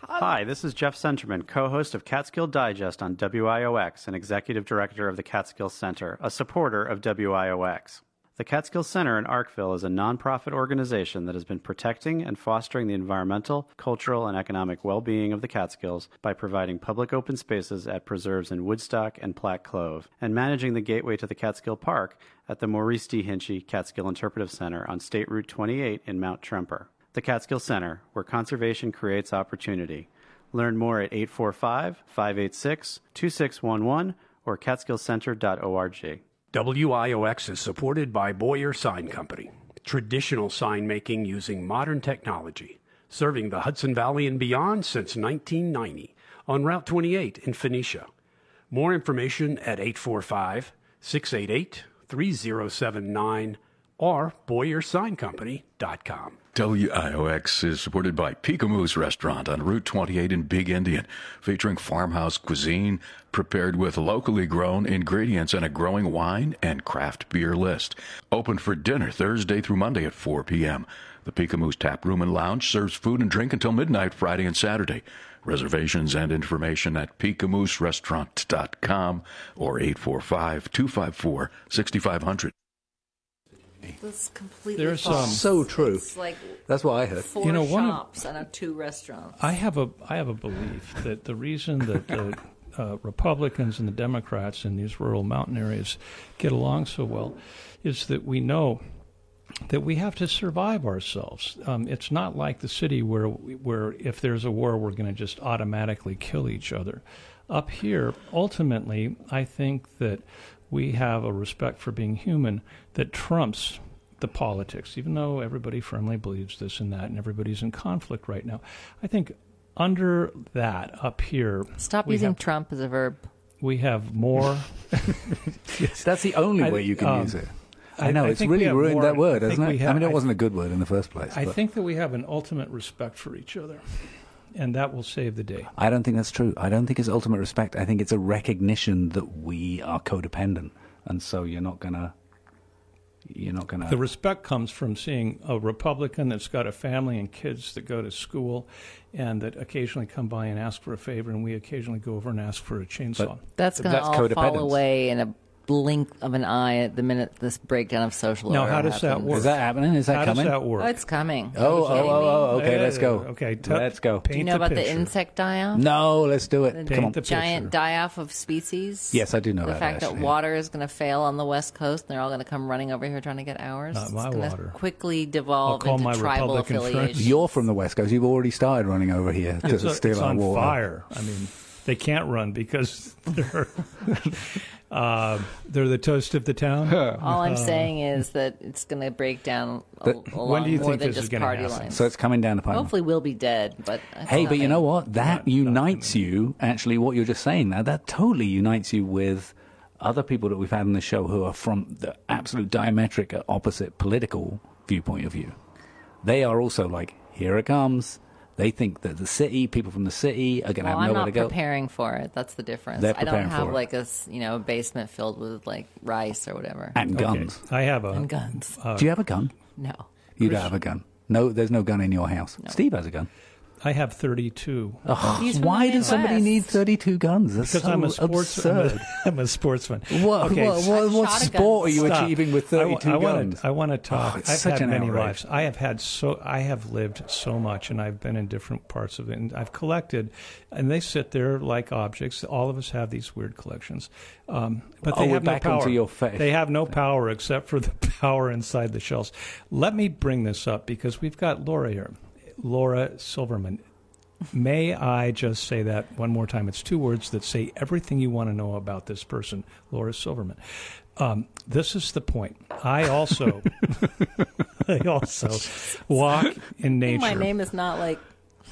Hi, this is Jeff Centerman, co host of Catskill Digest on WIOX and executive director of the Catskill Center, a supporter of WIOX. The Catskill Center in Arkville is a nonprofit organization that has been protecting and fostering the environmental, cultural, and economic well being of the Catskills by providing public open spaces at preserves in Woodstock and Platte Clove, and managing the gateway to the Catskill Park at the Maurice D. Hinchy Catskill Interpretive Center on State Route 28 in Mount Tremper. The Catskill Center, where conservation creates opportunity. Learn more at 845 586 2611 or catskillcenter.org.
WIOX is supported by Boyer Sign Company, traditional sign making using modern technology, serving the Hudson Valley and beyond since 1990 on Route 28 in Phoenicia. More information at 845 688 3079 or BoyerSignCompany.com.
WIOX is supported by Peekaboo's Restaurant on Route 28 in Big Indian, featuring farmhouse cuisine prepared with locally grown ingredients and a growing wine and craft beer list. Open for dinner Thursday through Monday at 4 p.m. The Peekaboo's Tap Room and Lounge serves food and drink until midnight Friday and Saturday. Reservations and information at peekamoosrestaurant.com or 845 254 6500.
This is completely
There's,
false.
um,
So true.
It's like
That's what I heard.
four
You know, one of-
shops and a two restaurants.
I have a I have a belief that the reason that the uh, Republicans and the Democrats in these rural mountain areas get along so well is that we know that we have to survive ourselves. Um, it's not like the city where where if there's a war, we're going to just automatically kill each other. Up here, ultimately, I think that we have a respect for being human that trumps the politics, even though everybody firmly believes this and that, and everybody's in conflict right now. I think under that up here,
Stop
we
using
have,
Trump as a verb.
we have more.
That's the only
I-
way you can
um,
use it.
I-
I know,
I
it's
think we
really
have
ruined
more-
that word,
I
hasn't
think
it?
we
I
have-
mean, it
I-
wasn't a good word in the first place.
I
but
think that we have an ultimate respect for each other, and that will save the day.
I don't think that's true. I don't think it's ultimate respect. I think it's a recognition that we are codependent. And so you're not going to. You're not going
The
to.
respect comes from seeing a Republican that's got a family and kids that go to school and that occasionally come by and ask for a favor, and we occasionally go over and ask for a chainsaw.
That's going to
That's
all fall
codependence.
away in a blink of an eye at the minute this breakdown of social
Now,
order
how does that
happens.
work?
Is that happening? Is that
How
coming?
does that work?
Oh, it's coming.
Oh, oh,
Are you kidding
oh, oh,
me?
okay, let's go.
Uh, Okay, t-
let's go.
Do you
paint
know
the
about the
picture.
insect die-off?
No, let's do it.
The
Come on.
Paint the
giant
picture.
die-off of species.
Yes, I do know
the
about
fact
that,
that
actually.
water is going to fail on the west coast, and they're all going to come running over here trying to get ours.
Not my
it's going
water.
to quickly devolve
call
into
my
tribal
Republican friends.
affiliation.
You're from the West Coast. You've already started running over here to
It's,
steal
it's
our
on
water.
fire. I mean, they can't run because [laughs] they're uh, they're the toast of the town.
All I'm saying is that it's going to break down a,
But
a
Uh, when
lot
do you
more
think
than
this is
just
gonna
party
happen?
lines.
So it's coming down the pipe.
Hopefully, we'll be dead. But that's
Hey, but you
nothing.
know what? That unites you. Actually, what you're just saying now, that totally unites you with other people that we've had on the show who are from the absolute diametric opposite political viewpoint of view. They are also like, here it comes. They think that the city, people from the city, are going to
Well,
have
I'm
nowhere to
not
go.
preparing for it. That's the difference.
They're
I don't
preparing
have
for it.
like a s- you know a basement filled with like rice or whatever
And
Okay,
guns.
I have a
and guns.
Uh,
Do you have a gun?
[sighs]
No.
You don't have a gun. No, there's no gun in your house. Steve has a gun.
I have 32
Oh,
He's from
Why
the
does somebody
Midwest.
need 32 guns? That's
because
so
I'm a sports I'm
absurd.
a, [laughs] I'm a sportsman.
What,
Okay,
what, what,
I've
what
shot a
sport
gun.
are you
Stop.
achieving with
I wa-
32
I,
guns?
Wanna, I want to talk.
Oh, it's
I've
such
had
an
many
outrage.
lives. I have had so. I have lived so much, and I've been in different parts of it, and I've collected, and they sit there like objects. All of us have these weird collections, um, but
Oh,
they
we're
have no
back
power.
onto your fetish.
They have no power except for the [laughs] power inside the shells. Let me bring this up because we've got Laura here, Laura Silverman. May I just say that one more time? It's two words that say everything you want to know about this person, Laura Silverman. Um, this is the point. I also, [laughs] I also walk in nature.
[laughs] My name is not like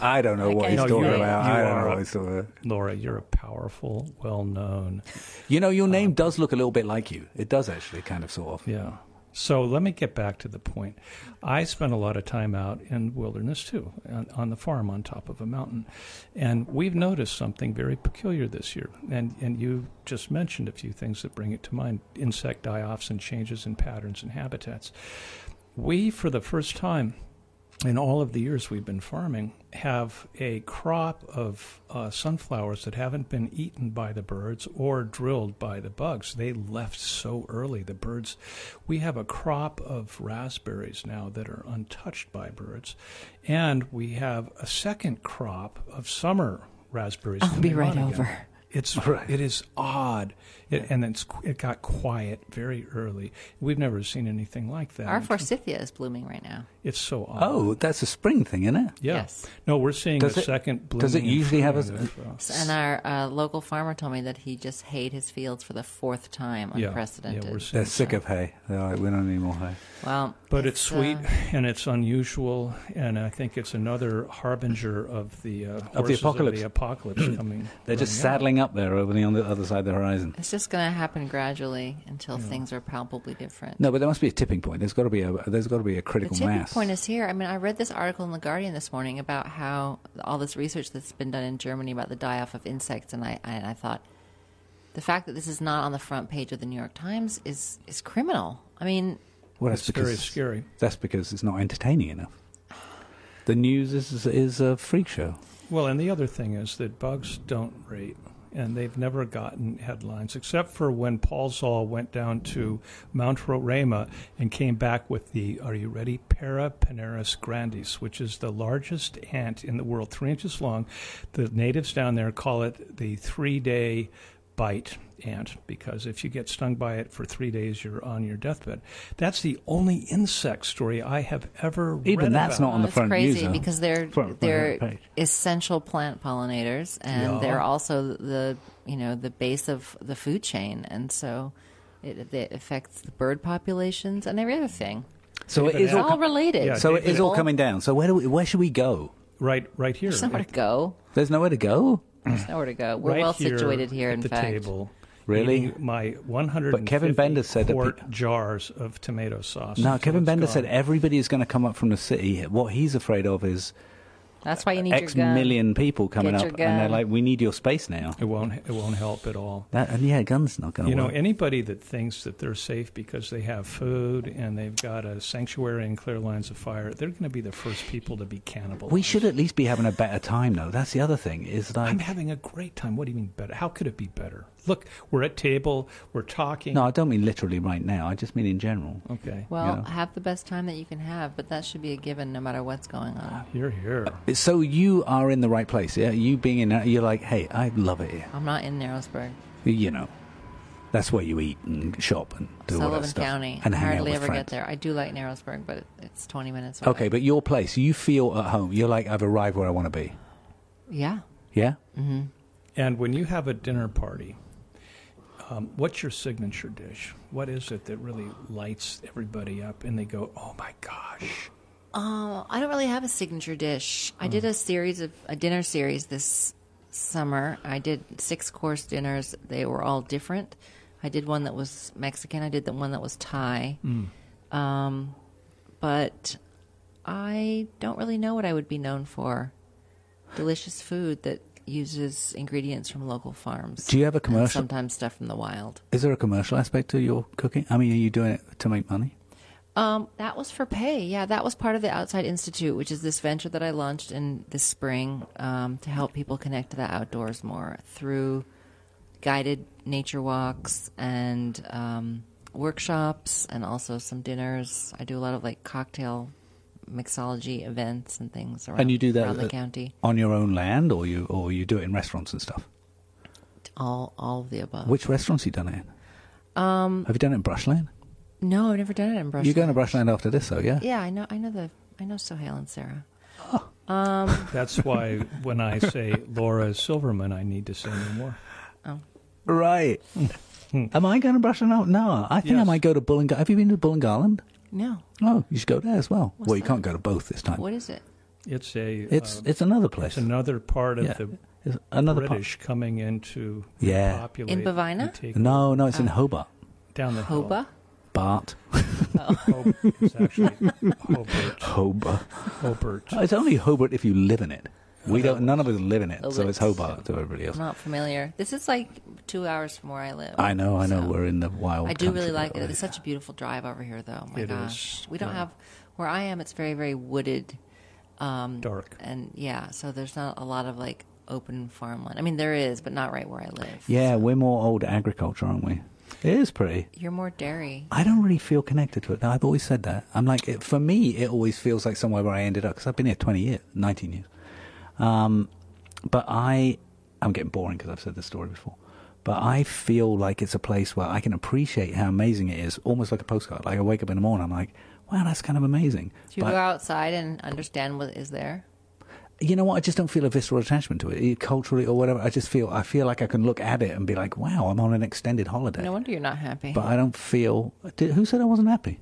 I don't know what
Okay.
he's
No,
talking
you're-
about.
you
I don't
are
know
a-
what he's talking about.
Laura, you're a powerful, well-known.
You know, your name does look a little bit like you. It does actually, kind of, sort of.
Yeah. So let me get back to the point. I spent a lot of time out in wilderness too, on, on the farm on top of a mountain. And we've noticed something very peculiar this year. And, and you just mentioned a few things that bring it to mind insect die offs and changes in patterns and habitats. We, for the first time in all of the years we've been farming, have a crop of uh, sunflowers that haven't been eaten by the birds or drilled by the bugs. They left so early. The birds, we have a crop of raspberries now that are untouched by birds, and we have a second crop of summer raspberries.
I'll be
coming
right
on again.
over.
It's it is odd, it, and it's it got quiet very early. We've never seen anything like that.
our
in terms-
forsythia is blooming right now.
It's so odd.
Oh, that's a spring thing, isn't it?
Yeah.
Yes.
No, we're seeing
Does
a
it-
second blooming.
does it
and
usually have a-
fruiting of, uh,
And our uh, local farmer told me that he just hayed his fields for the fourth time,
yeah,
unprecedented.
Yeah, we're seeing
They're sick of hay. They're like, we don't need more hay.
well,
But it's, sweet
uh,
and it's unusual, and I think it's another harbinger of the uh, horses
apocalypse.
apocalypse coming.
[clears throat] They're just
running out.
saddling something up there over the, on the other side of the horizon.
It's just going to happen gradually until things are palpably different.
No, but there must be a tipping point. There's got to be a there's got to be a
The
critical
tipping
mass.
point is here. I mean, I read this article in The Guardian this morning about how all this research that's been done in Germany about the die off of insects, and I, I, and I thought the fact that this is not on the front page of the New York Times is, is criminal. I mean,
well,
It's very scary.
That's because it's not entertaining enough. The news is is a freak show.
Well, and the other thing is that bugs don't rate, and they've never gotten headlines except for when Paul Zoll went down to Mount Roraima and came back with the Are you ready? Para Panaris grandis, which is the largest ant in the world, three inches long. The natives down there call it the three-day bite ant because if you get stung by it for three days, you're on your deathbed. That's the only insect story I have ever read.
Even that's
about.
not on the
it's
front
crazy
news. though.
because they're
Front-
they're
front page.
essential plant pollinators, and
Yeah.
they're also the you know the base of the food chain, and so it, it affects the bird populations and every other thing.
So it
It's
is
all
all
related.
yeah,
so it is all
People-
coming down. So where do we, where should we go?
right right here.
There's nowhere to go.
There's nowhere to go.
There's nowhere to go. We're
right
well situated here.
at
In
the
fact,
table.
Really?
eating My 100
But Kevin Bender said that
quart
pe-
jars of tomato sauce.
No,
until
Kevin
it's
Bender
gone.
said everybody is going to come up from the city. What he's afraid of is
that's why you need
X
your gun.
million people coming
Get
up,
your
and they're
gun.
like, "We need your space now."
it won't it won't help at all.
That, and yeah, guns not going.
You know,
work.
anybody that thinks that they're safe because they have food and they've got a sanctuary and clear lines of fire, they're going to be the first people to be cannibal.
we should at least be having a better time, though. That's the other thing. Is like
I'm having a great time. What do you mean better? How could it be better? Look, we're at table, we're talking.
[laughs] No, I don't mean literally right now. I just mean in general.
Okay.
Well,
Yeah.
have the best time that you can have, but that should be a given no matter what's going on.
You're here.
So you are in the right place. Yeah, you being in, you're like, hey, I love it here.
I'm not in Narrowsburg.
You know, that's where you eat and shop and do all that
Sullivan
stuff.
County.
and
I
hang out
hardly
with
ever
friends.
get there. I do like Narrowsburg, but it's 20 minutes away.
Okay, but your place, you feel at home. You're like, I've arrived where I want to be.
Yeah.
Yeah.
And when you have a dinner party, um, what's your signature dish? What is it that really lights everybody up and they go, oh my gosh?
Um, I don't really have a signature dish. I
Mm.
did a series of a dinner series this summer. I did six course dinners. They were all different. I did one that was Mexican. I did the one that was Thai.
Mm.
Um, but I don't really know what I would be known for. Delicious food that uses ingredients from local farms.
Do you have a
and
commercial-
Sometimes stuff from the wild.
Is there a commercial aspect to your cooking? I mean, are you doing it to make money?
Um, that was for pay. Yeah, that was part of the Outside Institute, which is this venture that I launched in this spring um, to help people connect to the outdoors more through guided nature walks and um, workshops, and also some dinners. I do a lot of like cocktail mixology events and things around,
and you do that
around the
uh,
county.
on your own land, or you or you do it in restaurants and stuff.
All, all of the above.
Which restaurants you done it in? Um, have you done it in Brushland?
no, I've never done it in Brussels.
You're going to Brushland after this, though, yeah?
Yeah, I know. I know the. I know Sohail and Sarah.
That's why when I say Laura Silverman, I need to say no more.
Right. Am I going to Brushland? No, no. I think
Hmm.
I
Yes.
might go to Bullen. Have you been to Bullen Garland?
No,
Oh, you should go there as well.
What's
well, you
that?
can't go to both this time.
what is it?
It's a
it's
uh,
it's another
it's
place.
another part of
yeah.
the
It's another part.
British coming into
Yeah.
the populate
In Bovina?
and take
No, no,
Uh.
it's in Hobart.
down the
Oh.
hill.
Hoba.
Bart.
Hob- it's actually
[laughs]
Hobart.
[laughs] Hobart.
Hobart.
It's only Hobart if you live in it. We don't. None of us live in it, so it's Hobart to everybody else.
I'm not familiar. This is like two hours from where I live.
I know, I know.
So-
We're in the wild.
I do really
country,
like
but
it.
we-
It's such a beautiful drive over here, though. Oh My
It is,
gosh, we don't
yeah.
have where I am. It's very, very wooded, um,
Dark.
and yeah. So there's not a lot of like open farmland. I mean, there is, but not right where I live.
Yeah, we're more old agriculture, aren't we? It is pretty.
You're more dairy.
I don't really feel connected to it. I've always said that. I'm like, it, for me, it always feels like somewhere where I ended up because I've been here 20 years, 19 years. Um, but I, I'm getting boring because I've said this story before. But I feel like it's a place where I can appreciate how amazing it is, almost like a postcard. Like I wake up in the morning, I'm like, wow, that's kind of amazing.
Do you
But-
go outside and understand what is there?
you know what? I just don't feel a visceral attachment to it, eh, culturally or whatever. I just feel I feel like I can look at it and be like, "Wow, I'm on an extended holiday."
No wonder you're not happy.
but I don't feel. Did, who said I wasn't happy?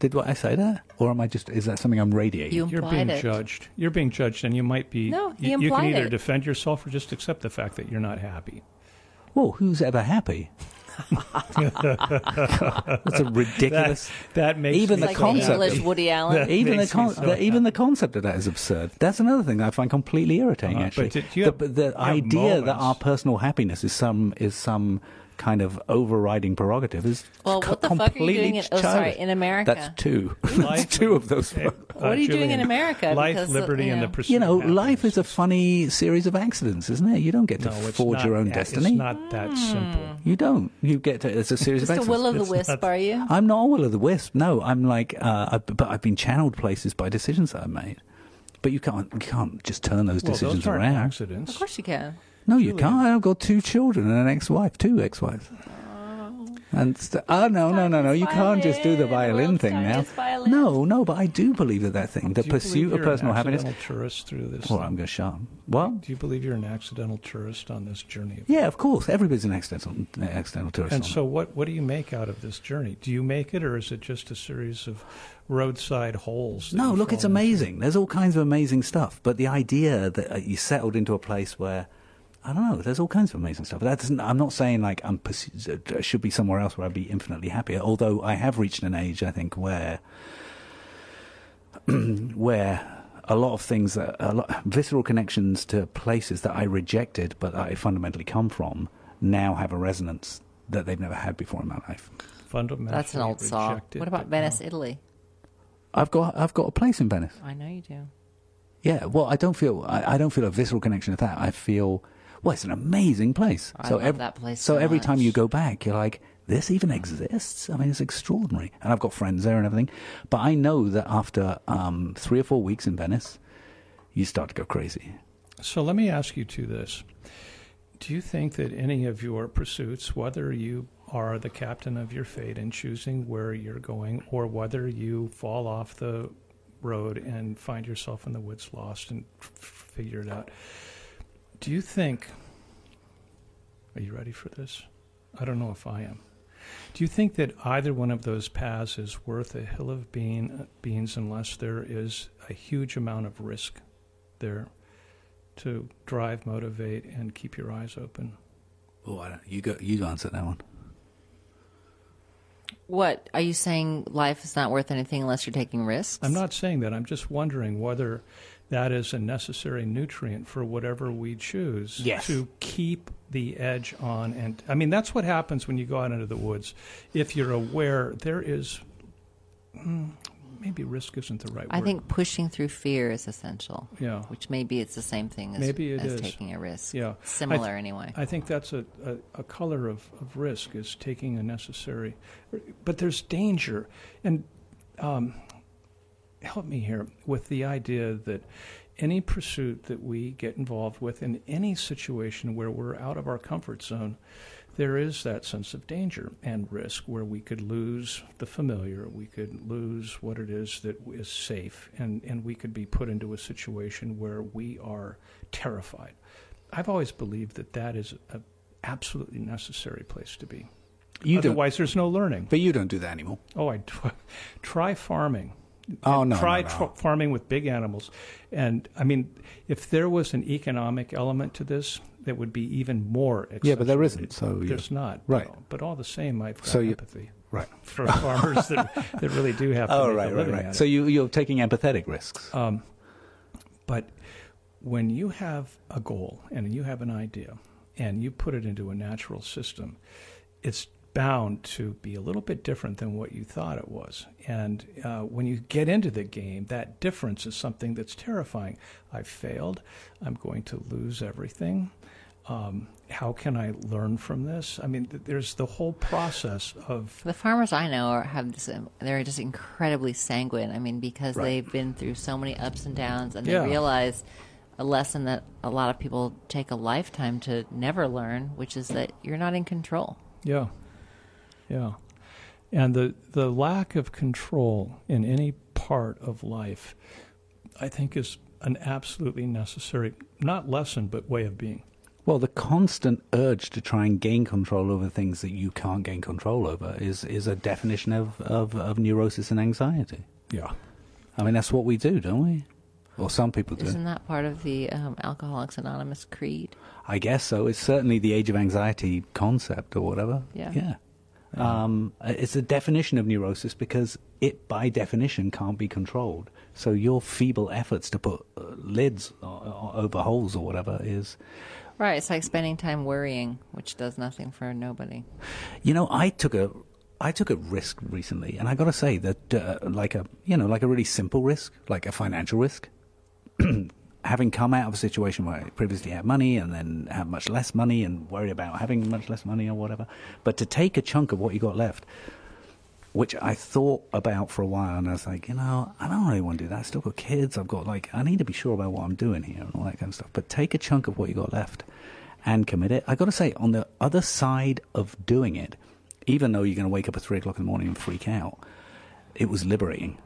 Did what I say that, or am I just? Is that something I'm radiating?
you
You're
implied
being
it.
judged. You're being judged, and you might be.
No,
you,
he
you can
implied
either
it.
defend yourself or just accept the fact that you're not happy.
Well, who's ever
[laughs]
happy? [laughs] That's a ridiculous.
that makes
Even
me
the
like
so
the
concept
happy.
English
[laughs]
Woody Allen.
even the,
makes
con-
me so
the even the concept of that is absurd. That's another thing I find completely irritating.
Uh-huh.
actually,
But did you
the,
have-
the
you have
idea that
moments.
our personal happiness is some is some kind of overriding prerogative is
Well,
co-
what the fuck are you
completely
doing in- oh, sorry,
childish.
in America?
That's two. [laughs]
Life-
That's two of those.
Uh,
What are you doing in America?
Life,
Because, uh,
liberty,
you
and the
know-
pursuit.
[laughs] You know,
of happiness.
life is a funny series of accidents, isn't it? You don't get to
No, it's
forge
not
your own
that-
destiny.
It's not
Hmm.
that simple.
You don't. You get to, it's a series
Just
of
a
accidents.
will o' the
It's
wisp,
not-
are you?
I'm not a will o' the wisp. No, I'm like, uh, I, but I've been channeled places by decisions that I made. But you can't, you can't just turn those
Well,
decisions
those aren't
around.
accidents.
Of course you can.
No, you can't. I've got two children and an ex-wife, two ex-wives. And st- oh no no no no! You can't just do the violin
World's
thing now.
tiniest violin.
No no, but I do believe that that thing, the
Do you believe
pursuit
you're
of
an
personal happiness.
accidental Tourist through this.
Well,
thing?
I'm going to shut. up. Well,
Do you believe you're an accidental tourist on this journey? Of
yeah, of course, everybody's an accidental an accidental tourist.
And
on
so, what, what do you make out of this journey? Do you make it, or is it just a series of roadside holes? that
No,
you
look, it's
fall into?
amazing. There's all kinds of amazing stuff. But the idea that uh, you settled into a place where, I don't know, there's all kinds of amazing stuff. That doesn't, I'm not saying like I'm pursu- uh, should be somewhere else where I'd be infinitely happier. Although I have reached an age, I think, where [clears throat] where a lot of things that a lot visceral connections to places that I rejected but I fundamentally come from now have a resonance that they've never had before in my life.
Fundamentally
That's an old song.
rejected,
What
but
about
no.
Venice, Italy?
I've got I've got a place in Venice.
I know you do.
Yeah, well, I don't feel I, I don't feel a visceral connection with that. I feel well, it's an amazing place.
I love that place
So
so
every
much.
time you go back, you're like, this even exists. I mean, it's extraordinary. And I've got friends there and everything. But I know that after um, three or four weeks in Venice, you start to go crazy.
So let me ask you to this. Do you think that any of your pursuits, whether you are the captain of your fate in choosing where you're going, or whether you fall off the road and find yourself in the woods lost and f- f- figure it out, do you think, are you ready for this? I don't know if I am. Do you think that either one of those paths is worth a hill of bean, beans unless there is a huge amount of risk there? to drive, motivate, and keep your eyes open.
Oh, I don't, you go. You answer that one.
What are you saying? Life is not worth anything unless you're taking risks.
I'm not saying that. I'm just wondering whether that is a necessary nutrient for whatever we choose
Yes.
to keep the edge on. And I mean, that's what happens when you go out into the woods. If you're aware, there is mm, maybe risk isn't the right
I
word.
think pushing through fear is essential.
Yeah.
Which maybe it's the same thing as,
Maybe it
as
is.
taking a risk.
Yeah. I th-
Similar anyway.
I think that's a, a, a color of, of risk is taking a necessary, but there's danger. And um, help me here with the idea that any pursuit that we get involved with in any situation where we're out of our comfort zone, there is that sense of danger and risk where we could lose the familiar, we could lose what it is that is safe, and, and we could be put into a situation where we are terrified. I've always believed that that is an absolutely necessary place to be.
You don't.
Otherwise, there's no learning.
But you don't do that anymore.
Oh, I try, [laughs] try farming.
Oh no.
try
no, no.
tr- farming with big animals, and I mean, if there was an economic element to this, that would be even more.
Yeah, but there
accentuated.
isn't, so you-
there's not.
Right.
no. But all the same, I've got
So you-
empathy
Right.
for [laughs] farmers that, that really do have to
Oh
make
right
a
right
living
right.
at
So
it.
you you're taking empathetic risks.
But when you have a goal and you have an idea and you put it into a natural system, it's bound to be a little bit different than what you thought it was. And uh, when you get into the game, that difference is something that's terrifying. I failed. I'm going to lose everything. Um, how can I learn from this? I mean, th- there's the whole process of
The farmers I know are, have this. um, They're just incredibly sanguine. I mean, because they've been through so many ups and downs, and
Yeah.
they realize a lesson that a lot of people take a lifetime to never learn, which is that you're not in control.
Yeah. Yeah. And the the lack of control in any part of life I think is an absolutely necessary not lesson but way of being.
Well, the constant urge to try and gain control over things that you can't gain control over is, is a definition of, of, of neurosis and anxiety.
Yeah.
I mean, that's what we do, don't we? Or some people do.
Isn't that part of the um, Alcoholics Anonymous creed?
I guess so. It's certainly the age of anxiety concept or whatever.
Yeah.
Yeah. Um, it's a definition of neurosis because it, by definition, can't be controlled. So your feeble efforts to put uh, lids o- o- over holes or whatever is,
Right. It's like spending time worrying, which does nothing for nobody.
you know, I took a, I took a risk recently, and I got to say that, uh, like a, you know, like a really simple risk, like a financial risk. [clears throat] having come out of a situation where I previously had money and then have much less money and worry about having much less money or whatever, but to take a chunk of what you got left, which I thought about for a while, and I was like, you know, I don't really want to do that. I've still got kids. I've got like, I need to be sure about what I'm doing here and all that kind of stuff. But take a chunk of what you got left and commit it. I got to say, on the other side of doing it, even though you're going to wake up at three o'clock in the morning and freak out, it was liberating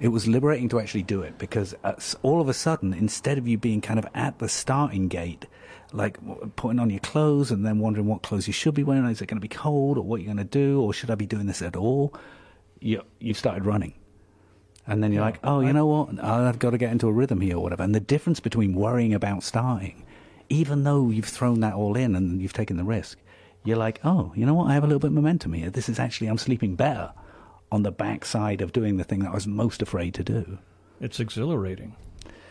it was liberating to actually do it because uh, s- all of a sudden, instead of you being kind of at the starting gate, like w- putting on your clothes and then wondering what clothes you should be wearing, is it going to be cold or what you're going to do or should I be doing this at all? You, you started running. And then you're like, oh, you know what? I've got to get into a rhythm here or whatever. And the difference between worrying about starting, even though you've thrown that all in and you've taken the risk, you're like, oh, you know what? I have a little bit of momentum here. This is actually, I'm sleeping better on the backside of doing the thing that I was most afraid to do.
It's exhilarating.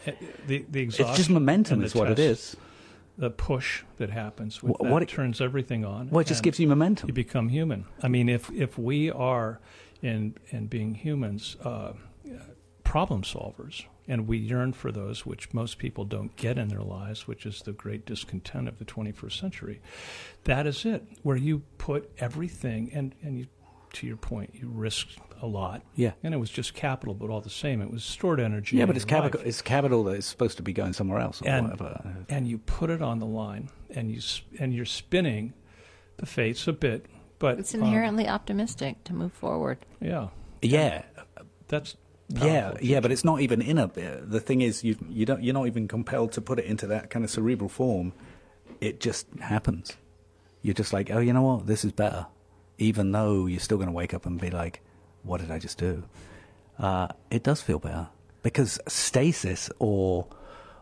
Eh, The, the exhaustion
it's just momentum
and
is
the
what it
test,
is.
The push that happens with
Wha-
that
what it-
turns everything on.
Well, it just
and
gives you momentum.
You become human. I mean, if if we are in in being humans, uh, problem solvers, and we yearn for those which most people don't get in their lives, which is the great discontent of the 21st century. That is it, where you put everything, and, and you, to your point, you risk a lot.
Yeah.
And it was just capital, but all the same, it was stored energy.
Yeah,
in
but it's
your life.
capital, it's capital that is supposed to be going somewhere else or
And,
whatever.
and you put it on the line, and, you, s- and you're spinning the fates a bit. But
It's
um,
inherently optimistic to move forward.
yeah,
Yeah,
that's
yeah,
powerful.
yeah, but it's not even in a bit. The thing is, you you don't you're not even compelled to put it into that kind of cerebral form. It just happens. You're just like, oh, you know what? This is better, even though you're still going to wake up and be like, what did I just do? Uh, it does feel better because stasis or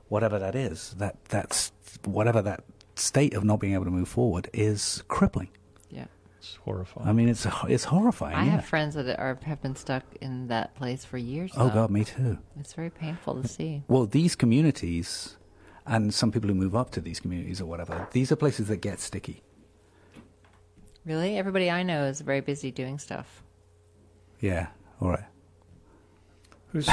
whatever that is, that that's whatever that state of not being able to move forward is crippling.
Yeah.
It's horrifying.
I mean, it's it's horrifying.
I
yeah.
have friends that are, have been stuck in that place for years.
oh
though.
god, me too.
It's very painful to see.
Well, these communities and some people who move up to these communities or whatever, these are places that get sticky.
Really? Everybody I know is very busy doing stuff.
Yeah. All right.
Who's,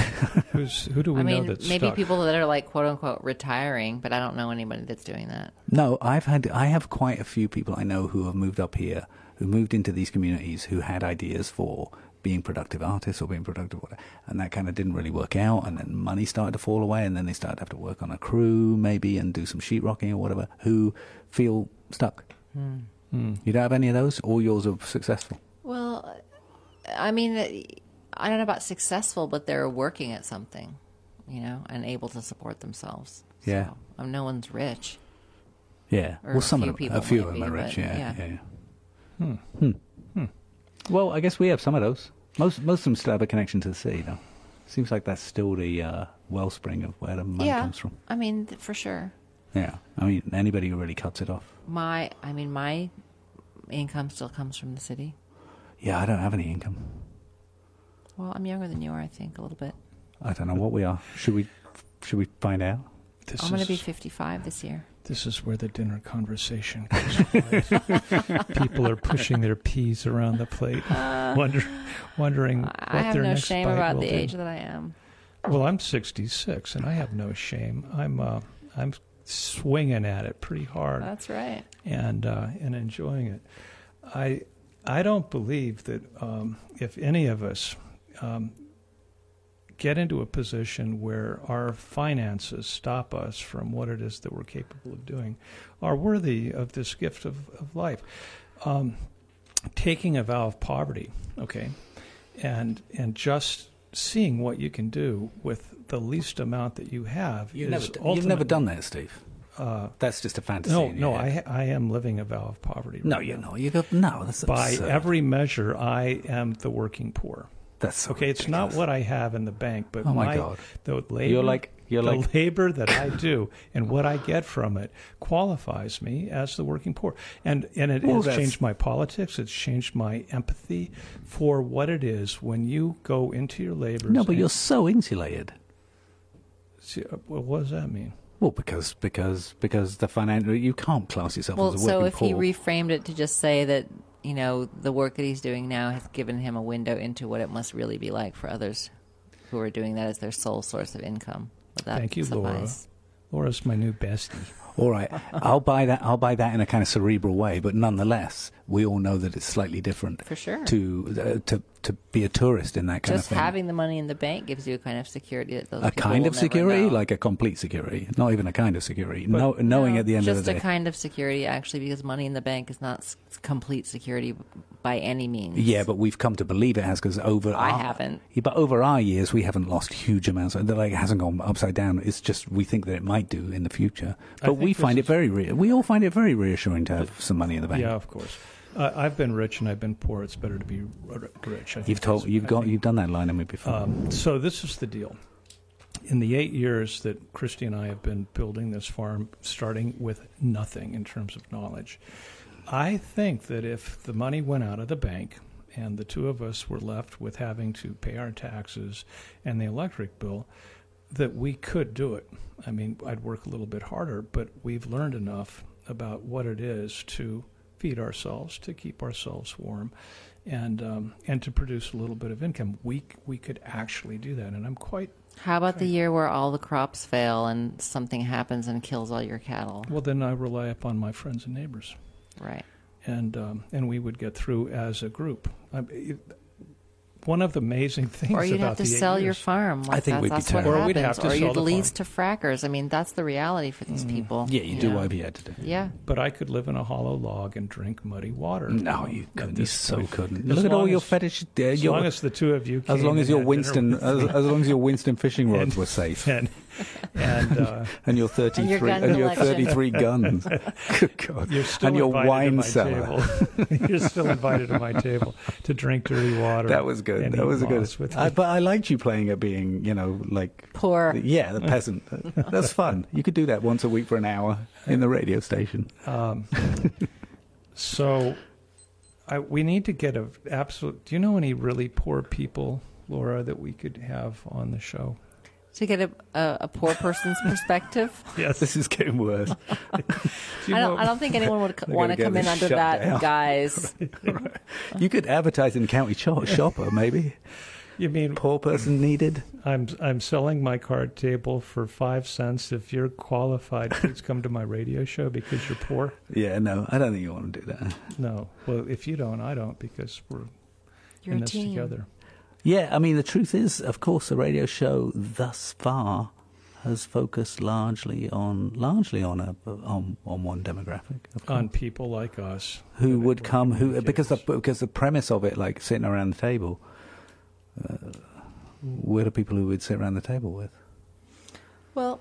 who's who do we
I mean,
know that's
maybe
stuck?
people that are like quote unquote retiring, but I don't know anybody that's doing that.
No, I've had I have quite a few people I know who have moved up here, who moved into these communities, who had ideas for being productive artists or being productive whatever, and that kind of didn't really work out. And then money started to fall away, and then they started to have to work on a crew maybe and do some sheetrocking or whatever. Who feel stuck? You don't have any of those. All yours are successful.
Well, I mean, uh, I don't know about successful, but they're working at something, you know, and able to support themselves.
Yeah.
So, um, no one's rich.
Yeah.
Or
well,
a
some
few
of them,
people
a few
might
of them
be,
are
but
rich. Yeah.
yeah.
Yeah. yeah. Hmm. Hmm. Well, I guess we have some of those. Most most of them still have a connection to the city, though. Seems like that's still the uh, wellspring of where the money
yeah.
comes from.
I mean, th- for sure.
Yeah. I mean, anybody who really cuts it off.
My, I mean, my income still comes from the city.
Yeah, I don't have any income.
Well, I'm younger than you are, I think, a little bit.
I don't know what we are. Should we? Should we find out?
This
I'm going to
is-
be 55
[laughs]
this year.
This is where the dinner
[laughs]
conversation goes. People are pushing their peas around the
[laughs]
plate, wonder, wondering what
Uh, I have
their
no
next
shame
bite
about
will
the
be.
age that I am.
Well, I'm 66, and I have no shame. I'm uh, I'm swinging at it pretty hard
That's right.
and uh, and enjoying it. I I don't believe that um, if any of us um, get into a position where our finances stop us from what it is that we're capable of doing, are worthy of this gift of, of life. Um, taking a vow of poverty, okay, and and just seeing what you can do with the least amount that you have
You've
is
never, d- you've never
ultimately- Uh,
done that, Steve. that's just a fantasy.
no
in
no
your
I
head.
ha- I am living a vow of poverty right
No, you're not. You go. No, that's
by
absurd.
every measure, I am the working poor.
That's so
okay. It's not what I have in the bank, but
Oh, my God.
the labor,
like- you're
the
like-
labor that I do and what I get from it qualifies me as the working poor, and and it
Well,
has
that's-
changed my politics. It's changed my empathy for what it is when you go into your labor.
No, but you're so insulated.
what does that mean?
Well, because because because the financial you can't class yourself
Well,
as a
so
working
if
poor.
he reframed it to just say that you know the work that he's doing now has given him a window into what it must really be like for others who are doing that as their sole source of income. Would that
Thank you, Laura.
suffice?
Laura's my new bestie.
[laughs]
all right, I'll buy that. I'll buy that in a kind of cerebral way, but nonetheless, we all know that it's slightly different.
For sure.
To uh, to to be a tourist in that kind
Just
of thing.
having the money in the bank gives you a kind of security that those
a
people
kind
will
of
never
security,
know.
like a complete security, not even a kind of security. No, knowing
No,
at the end
just
of the day,
a kind of security actually because money in the bank is not s- complete security by any means
Yeah, but we've come to believe it has because over
I
our-
haven't.
Yeah, but over our years, we haven't lost huge amounts. Of, like it hasn't gone upside down. It's just we think that it might do in the future.
I
But
think
we
this
find it
is-
very. Re- we all find it very reassuring to have some money in the bank.
Yeah, of course. Uh, I've been rich and I've been poor. It's better to be r- rich. I think
You've told.
that's-
You've
I
got.
think-
You've done that line on me before.
Um, so this is the deal. In the eight years that Christy and I have been building this farm, starting with nothing in terms of knowledge, I think that if the money went out of the bank and the two of us were left with having to pay our taxes and the electric bill, that we could do it. I mean, I'd work a little bit harder, but we've learned enough about what it is to feed ourselves, to keep ourselves warm, and um, and to produce a little bit of income. We c- we could actually do that, and I'm quite
how about the year where all the crops fail and something happens and kills all your cattle
well. Then I rely upon my friends and neighbors,
right
and um, and we would get through as a group. I, it, one of the amazing [laughs] things
or you'd
about
have to
the eight
sell your
years-
farm like
I think
that's,
we'd be
that's what
terrible.
Or we'd have
happens
to
or
sell
you'd
the
lease to frackers i mean that's the reality for these people
yeah, you do what you had to do.
yeah
but I could live in a hollow log and drink muddy water.
No, you
At
couldn't. You
this
so
point.
couldn't.
As
Look at all
long
your
as-
fetish. Uh,
As
your,
long as the two of you,
as
came
long
and
as your
had dinner
Winston,
with
as,
me.
as long as your Winston fishing
[laughs]
rods
And-
were safe,
and and uh,
and your thirty-three,
gun
and your
collection.
thirty-three guns, [laughs] Good God.
you're still
and your
invited to
wine
my
cellar.
Table. [laughs] you're still invited to my table to drink dirty water.
That was good.
and
That
eat
was a good.
moss With
I,
me.
but I liked you playing at being, you know, like
poor
yeah, the peasant. That's fun. You could do that once a week for an hour in the radio station.
so, I, we need to get a absolute. Do you know any really poor people, Laura, that we could have on the show?
to get a, a, a poor [laughs] person's perspective
Yes.
This is getting worse.
I don't, I don't think anyone
[laughs]
would
They're
want to
gonna
come
get
in
this
under
shut
that
down. [laughs]
guys
You could advertise in County Cho- Shopper, maybe.
You mean
Poor person needed.
I'm I'm selling my card table for five cents. If you're qualified, please come to my radio show because you're poor.
Yeah, no, I don't think you want to do that.
No. Well, if you don't, I don't because we're
You're
in
a
this
team.
together.
Yeah, I mean, the truth is, of course, the radio show thus far has focused largely on largely on a on, on one demographic. Of course.
on people like us
who would come who because the because the premise of it like sitting around the table uh, were the people who would sit around the table with
Well,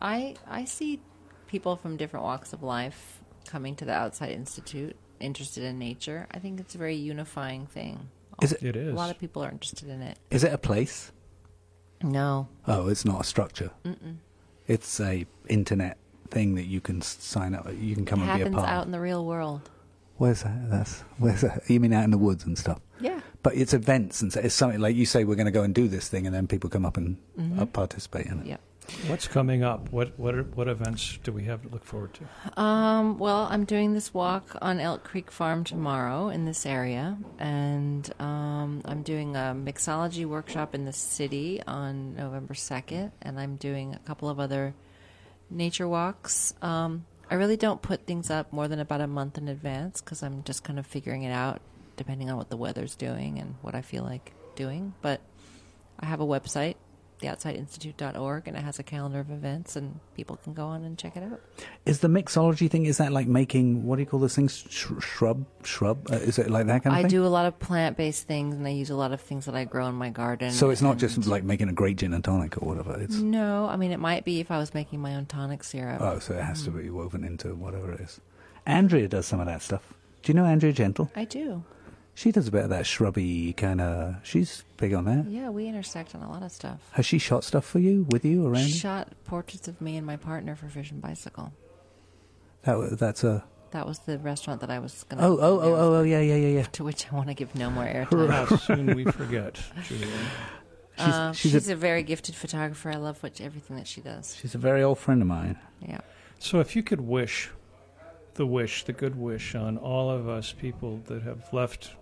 I I see people from different walks of life coming to the Outside Institute interested in nature. I think it's a very unifying thing.
is it
it
A
is
lot of people are interested in it.
is it a place
No,
oh it's not a structure it's a internet thing that you can s- sign up you can
it
come and be a
happens
part
out
of
in the real world.
where's that that's where's that you mean out in the woods and stuff
Yeah.
but it's events and so it's something like you say we're going to go and do this thing and then people come up and uh, participate in it
Mm-hmm. Yeah.
what's coming up what what are, what events do we have to look forward to
Um, well, I'm doing this walk on Elk Creek Farm tomorrow in this area, and um, I'm doing a mixology workshop in the city on November 2nd, and I'm doing a couple of other nature walks. Um, I really don't put things up more than about a month in advance because I'm just kind of figuring it out depending on what the weather's doing and what I feel like doing. But I have a website, theoutsideinstitute.org, and it has a calendar of events, and people can go on and check it out.
Is the mixology thing? Is that like making what do you call those things? Sh- shrub, shrub. Uh, is it like that kind of
I
thing?
do a lot of plant based things and I use a lot of things that I grow in my garden.
So it's not just
and- Mm.
like making a great gin and tonic or whatever. It's
No, I mean, it might be if I was making my own tonic syrup.
oh, so it has to be woven into whatever it is. Andrea does some of that stuff. Do you know Andrea Gentle?
I do.
She does a bit of that shrubby kind of. She's big on that.
Yeah, we intersect on a lot of stuff.
Has she shot stuff for you, with you, around?
She
you?
shot portraits of me and my partner for Vision Bicycle.
That wa- that's a.
That was the restaurant that I was going
Oh oh oh oh oh yeah yeah yeah yeah.
To which I want to give no more airtime.
How soon we forget, Julian.
She's
Uh,
she's,
she's,
a,
a, very gifted photographer. I love what, everything that she does.
she's a very old friend of mine.
Yeah.
So if you could wish the wish, the good wish on all of us people that have left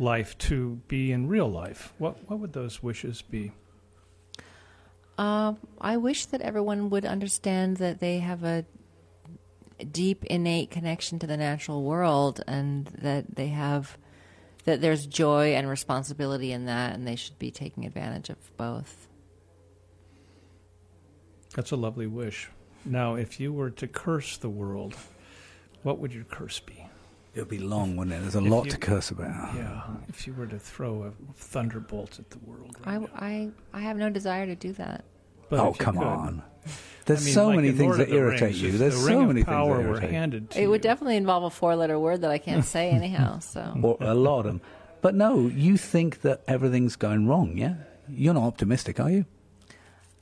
life to be in real life, what, what would those wishes be?
Um, I wish that everyone would understand that they have a deep innate connection to the natural world and that they have that there's joy and responsibility in that and they should be taking advantage of both.
That's a lovely wish. Now, if you were to curse the world, what would your curse be?
It would be long, wouldn't it? There's a lot
you-
to curse about.
Yeah, Um, if you were to throw a thunderbolt at the world. Right
I,
now.
I, I have no desire to do that.
But
oh
if you
come
could-
on! There's
I mean,
so
like
many
in
things
Lord of
that
the
irritate
Rings,
you.
if
There's
the
so
ring of
many things
power
that
were
irritate. you.
handed to
It would
you.
definitely involve a four letter word that I can't say anyhow. So
or a lot of them. But no, you think that everything's going wrong, yeah? You're not optimistic, are you?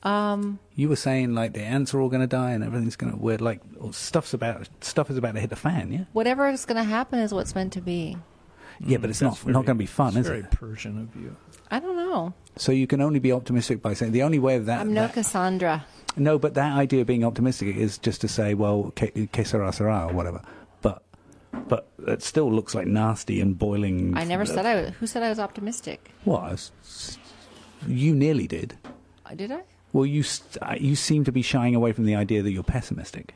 um,
You were saying like the ants are all going to die and everything's going to we're like oh, stuff's about stuff is about to hit the fan, yeah?
whatever is going to happen is what's meant to be.
Yeah,
Mm,
but it's not
That's very-
not going to be fun,
it's
is
very
it?
Persian of you.
I don't know.
So you can only be optimistic by saying the only way of that.
I'm no
that-
Cassandra.
no, but that idea of being optimistic is just to say, well, que, que sera sera or whatever. But but it still looks like nasty and boiling.
I never said I was. Who said I was optimistic?
was. You nearly did.
Uh, Did I?
Well, you st- uh, you seem to be shying away from the idea that you're pessimistic.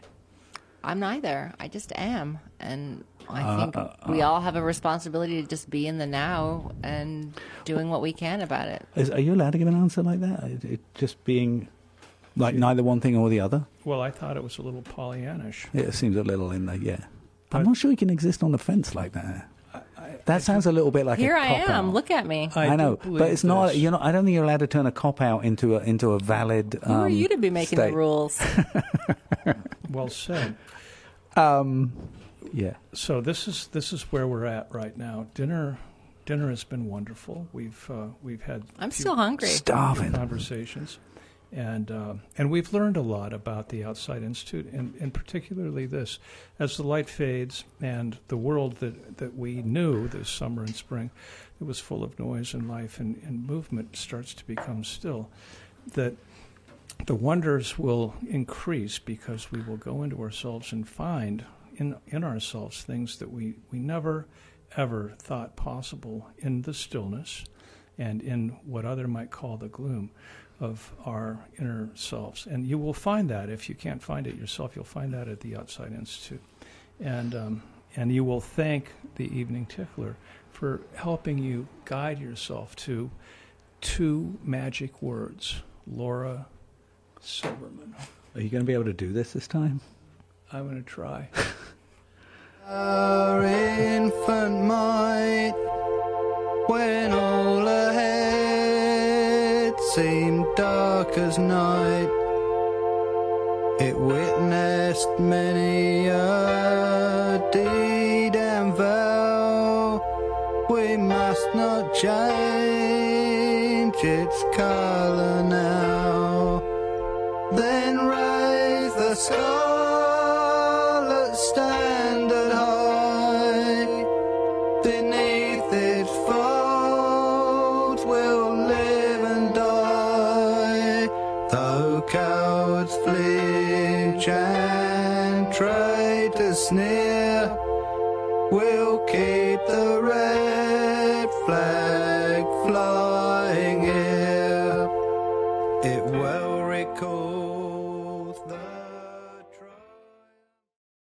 I'm neither. I just am, and
Uh,
I think we all have a responsibility to just be in the now and doing what we can about it.
Is, are you allowed to give an answer like that? It, it just being like neither one thing or the other.
Well, I thought it was a little Pollyannish.
It seems a little in there, yeah. I'm
But-
not sure you can exist on the fence like that. that sounds a little bit like
Here
a
I
cop
am.
Out.
Look at me.
I
I,
do
know,
believe
but it's not.
this.
You're not. I don't think you're allowed to turn a cop out into a into a valid. Um,
Who are you to be making
state.
the
[laughs]
rules?
Well said.
Um, yeah,
So this is this is where we're at right now. Dinner, dinner has been wonderful. We've uh, we've had.
I'm
few-
still hungry.
few
starving.
conversations, and uh, and we've learned a lot about the Outside Institute, and, and particularly this, as the light fades and the world that that we knew this summer and spring, it was full of noise and life and, and movement starts to become still, that. The wonders will increase because we will go into ourselves and find in in ourselves things that we, we never ever thought possible in the stillness and in what other might call the gloom of our inner selves. And you will find that if you can't find it yourself, you'll find that at the Outside Institute, and um, and you will thank the Evening Tickler for helping you guide yourself to two magic words, Laura Silverman.
Are you going to be able to do this this time?
I'm going to try.
Our infant might, when all ahead seemed dark as night, it witnessed many a deed and vow. We must not change its colour now. Then raise the scarlet standard high. Beneath its folds will live and die. Though cowards flinch and try to sneer, we'll keep the red flag flying here. It will recall.